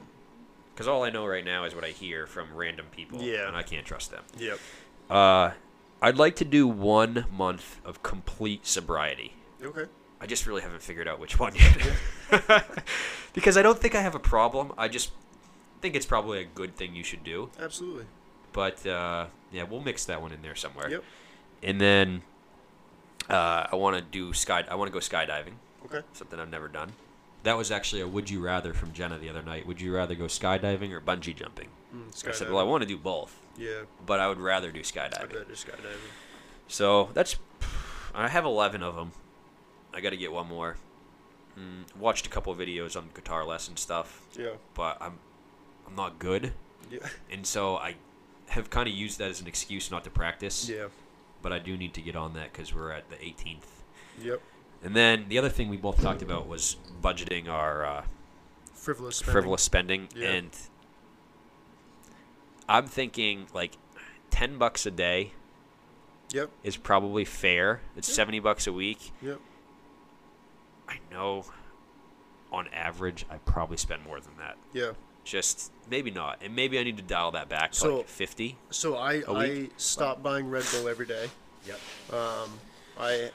A: Because all I know right now is what I hear from random people,
B: Yeah.
A: and I can't trust them.
B: Yep.
A: Uh, I'd like to do one month of complete sobriety.
B: Okay.
A: I just really haven't figured out which one yet. because I don't think I have a problem. I just think it's probably a good thing you should do.
B: Absolutely.
A: But uh, yeah, we'll mix that one in there somewhere.
B: Yep.
A: And then uh, I want to do sky. I want to go skydiving.
B: Okay.
A: Something I've never done. That was actually a would you rather from Jenna the other night. Would you rather go skydiving or bungee jumping? I said, well, I
B: Mm, skydiving.
A: want to do both,
B: Yeah.
A: but I would rather do
B: I
A: skydiving.
B: bet it's skydiving.
A: So that's. I have 11 of them. I got to get one more. Mm, watched a couple of videos on guitar lesson stuff,
B: Yeah.
A: but I'm I'm not good,
B: Yeah.
A: and so I have kind of used that as an excuse not to practice.
B: Yeah.
A: But I do need to get on that because we're at the 18th.
B: Yep.
A: And then the other thing we both talked about was budgeting our uh,
B: Frivolous. Spending.
A: frivolous spending,
B: Yeah.
A: and I'm thinking like 10 bucks a day
B: Yep.
A: is probably fair. It's 70 bucks a week.
B: Yep.
A: I know on average I probably spend more than that.
B: Yeah.
A: Just maybe not. And maybe I need to dial that back to
B: So-
A: like 50.
B: So I I
A: week?
B: stop buying Red Bull every day.
A: Yep.
B: I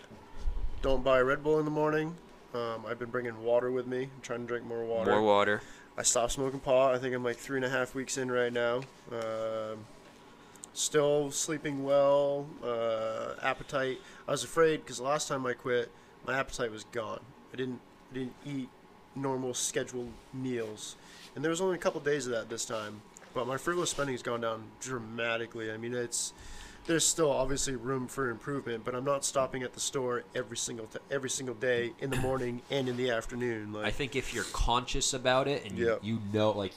B: don't buy Red Bull in the morning. Um, I've been bringing water with me. I'm trying to drink more water.
A: More water.
B: I stopped smoking pot. I think I'm like three and a half weeks in right now. Um, still sleeping well. Uh, appetite. I was afraid because last time I quit, my appetite was gone. I didn't. I didn't eat normal scheduled meals, and there was only a couple days of that this time. But my frivolous spending has gone down dramatically. I mean, it's there's still obviously room for improvement, but I'm not stopping at the store every single t- every single day in the morning and in the afternoon. Like
F: I think if you're conscious about it and
B: Yep.
F: you, you know, like,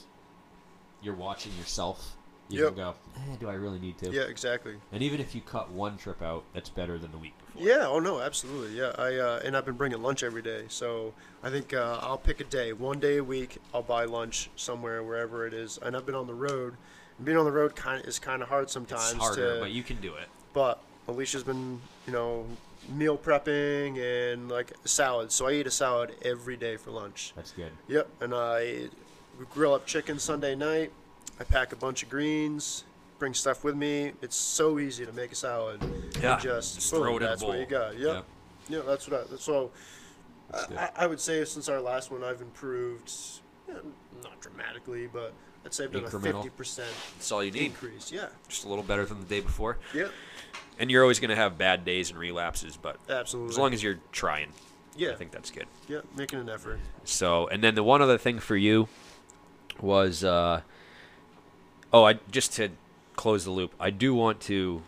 F: you're watching yourself, you
B: Yep.
F: can go, eh, do I really need to?
B: yeah, exactly.
F: And even if you cut one trip out, that's better than the week before.
B: Yeah. Oh no, absolutely. Yeah. I uh, and I've been bringing lunch every day, so I think uh, I'll pick a day, one day a week. I'll buy lunch somewhere, wherever it is. And I've been on the road. Being on the road kind of is kind of hard sometimes.
F: It's harder,
B: to,
F: but you can do it.
B: but Alicia's been, you know, meal prepping and like salads. So I eat a salad every day for lunch.
F: That's good.
B: Yep, and I we grill up chicken Sunday night. I pack a bunch of greens, bring stuff with me. It's so easy to make a salad.
A: Yeah,
B: you just,
A: just
B: boom,
A: throw it in a
B: That's what you
A: bowl.
B: got. Yep.
F: Yep.
B: Yeah, that's what I. So
F: That's good.
B: I, I would say since our last one, I've improved, yeah, not dramatically, but I'd say I've done a
F: Incremental.
B: fifty percent
A: That's all you need.
B: increase. Yeah.
A: Just a little better than the day before.
B: Yep.
A: And you're always going to have bad days and relapses, but
B: Absolutely.
A: as long as you're trying,
B: yeah,
A: I think that's good.
B: yeah, making an effort.
A: So, and then the one other thing for you was, uh, oh, I just to close the loop, I do want to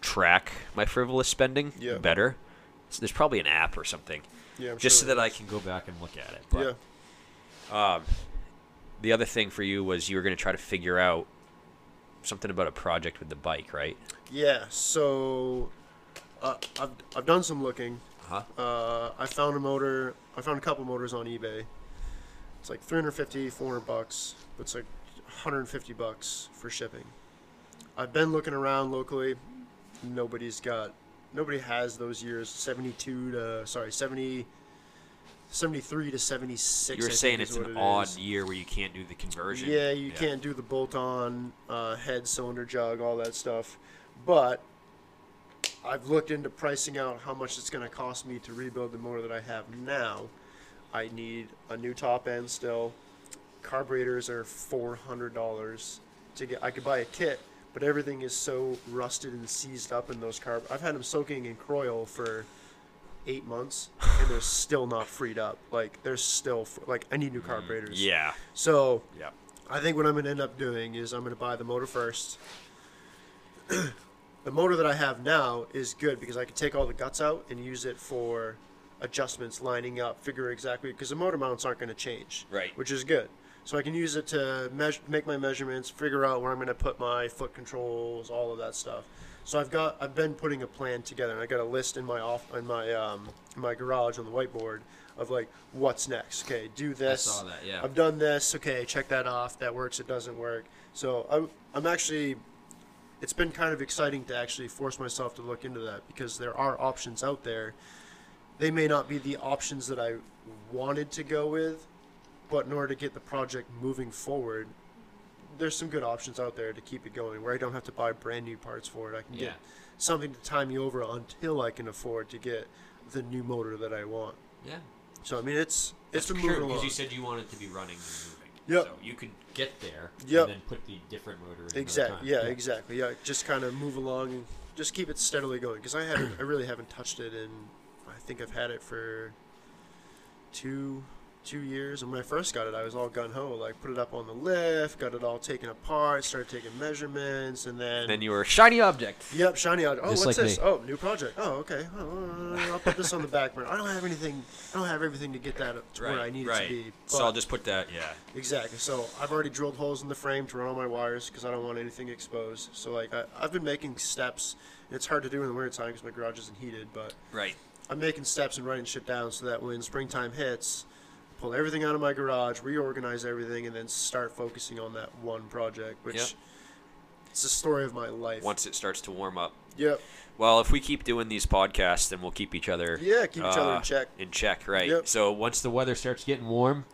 A: track my frivolous spending
B: Yeah.
A: better. So there's probably an app or something,
B: Yeah. I'm
A: just
B: sure
A: so that
B: there
A: I
B: is.
A: can go back and look at it. But
B: yeah.
A: the other thing for you was you were going to try to figure out something about a project with the bike, right?
B: Yeah. So uh, I've I've done some looking.
A: Huh?
B: Uh, I found a motor. I found a couple motors on eBay. It's like 350, 400 bucks, but it's like 150 bucks for shipping. I've been looking around locally. Nobody's got. Nobody has those years 72 to sorry 70. 73 to 76.
A: You were
B: I think
A: saying
B: is
A: it's
B: what
A: an
B: it
A: odd
B: is.
A: year where you can't do the conversion.
B: Yeah, you can't do the bolt on uh, head cylinder jug, all that stuff. But I've looked into pricing out how much it's going to cost me to rebuild the motor that I have now. I need a new top end still. Carburetors are four hundred dollars to get. I could buy a kit, but everything is so rusted and seized up in those carb. I've had them soaking in croil for eight months, and they're still not freed up. Like they're still fr- like I need new carburetors.
G: Mm, Yeah.
B: So
G: Yeah.
B: I think what I'm going to end up doing is I'm going to buy the motor first. the motor that I have now is good because I can take all the guts out and use it for adjustments, lining up, figure exactly because the motor mounts aren't going to change.
G: Right.
B: Which is good. So I can use it to measure, make my measurements, figure out where I'm going to put my foot controls, all of that stuff. So I've got I've been putting a plan together, and I got a list in my off in my um, in my garage on the whiteboard of like what's next. Okay, do this.
A: saw that, yeah.
B: I've I've done this. Okay, check that off. That works. It doesn't work. So I'm, I'm actually, it's been kind of exciting to actually force myself to look into that because there are options out there. They may not be the options that I wanted to go with, but in order to get the project moving forward, there's some good options out there to keep it going where I don't have to buy brand new parts for it. I can
A: Yeah.
B: get something to time you over until I can afford to get the new motor that I want.
A: Yeah.
B: So I mean, it's it's
A: That's
B: been
A: true,
B: moving
A: because
B: along.
A: you said you wanted to be running and moving.
B: Yep.
A: So you could get there
B: Yep.
A: and then put the different motor in another time.
B: Exactly. Yeah, Exactly. Yeah. Just kind of move along and just keep it steadily going because I haven't. I really haven't touched it in. I think I've had it for two two years. And when I first got it, I was all gun ho. Like put it up on the lift, got it all taken apart, started taking measurements, and then.
G: Then you were a shiny object.
B: Yep, shiny object. Oh,
H: Just
B: what's
H: like
B: this?
H: me.
B: Oh, new project. Oh, okay. Oh, I'll put this on the back burner. I don't have anything. I don't have everything to get that up to
A: Right.
B: where I need
A: right.
B: it to be.
A: so
B: but-
A: I'll just put that. Yeah.
B: Exactly. So I've already drilled holes in the frame to run all my wires because I don't want anything exposed. So like I, I've been making steps. And it's hard to do in the winter time because my garage isn't heated, but
A: Right.
B: I'm making steps and writing shit down so that when springtime hits, pull everything out of my garage, reorganize everything, and then start focusing on that one project, which
A: Yeah.
B: it's the story of my life.
A: Once it starts to warm up.
B: Yep.
A: Well, if we keep doing these podcasts, then we'll keep each other. uh,
B: Yeah, keep each other in check.
A: In check, right?
B: Yep.
A: So once the weather starts getting warm,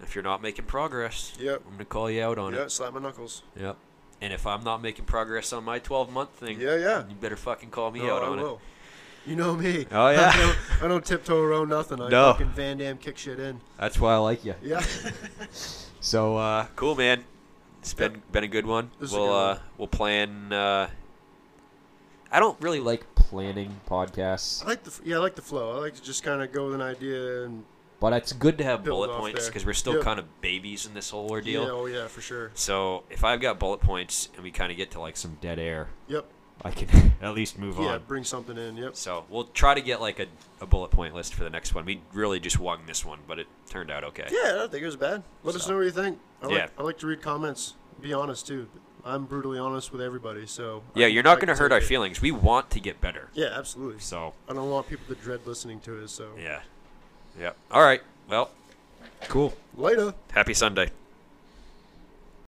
A: if you're not making progress,
B: Yep.
A: I'm gonna call you out on
B: Yeah, slap my knuckles.
A: it. Yep. And if I'm not making progress on my 12 month thing,
B: Yeah, yeah.
A: you better fucking call me
B: No,
A: out
B: I
A: on
B: will. Oh, You know me.
H: Oh, yeah.
B: I don't, I don't tiptoe around nothing. I
H: No.
B: fucking Van Dam kick shit in.
H: That's why I like you.
B: Yeah.
H: So uh,
A: it. Cool, man. It's been been a good one.
B: This is a
A: we'll
B: good
A: uh,
B: one.
A: we'll plan. Uh, I don't really like planning podcasts,
B: I like the yeah, I like the flow. I like to just kind of go with an idea and
A: but it's good to have
B: Build
A: bullet
B: off
A: points
B: there.
A: because we're still
B: Yep.
A: kind of babies in this whole ordeal.
B: yeah, oh yeah, for sure.
A: So if I've got bullet points and we kind of get to like some dead air,
B: Yep.
A: I can at least move
B: Yeah,
A: on.
B: bring something in. Yep.
A: So we'll try to get like a, a bullet point list for the next one. We really just won this one, but it turned out okay.
B: Yeah, I don't think it was bad. Let us
A: So.
B: know what you think. I like,
A: Yeah.
B: I like to read comments. Be honest too. I'm brutally honest with everybody, so I
A: Yeah,
B: can-
A: you're
B: I
A: not
B: can
A: going to hurt our
B: take it.
A: feelings. We want to get better.
B: Yeah, absolutely.
A: So,
B: I don't want people to dread listening to it. So
A: yeah. Yep. All right. Well,
H: cool.
B: later.
A: happy Sunday.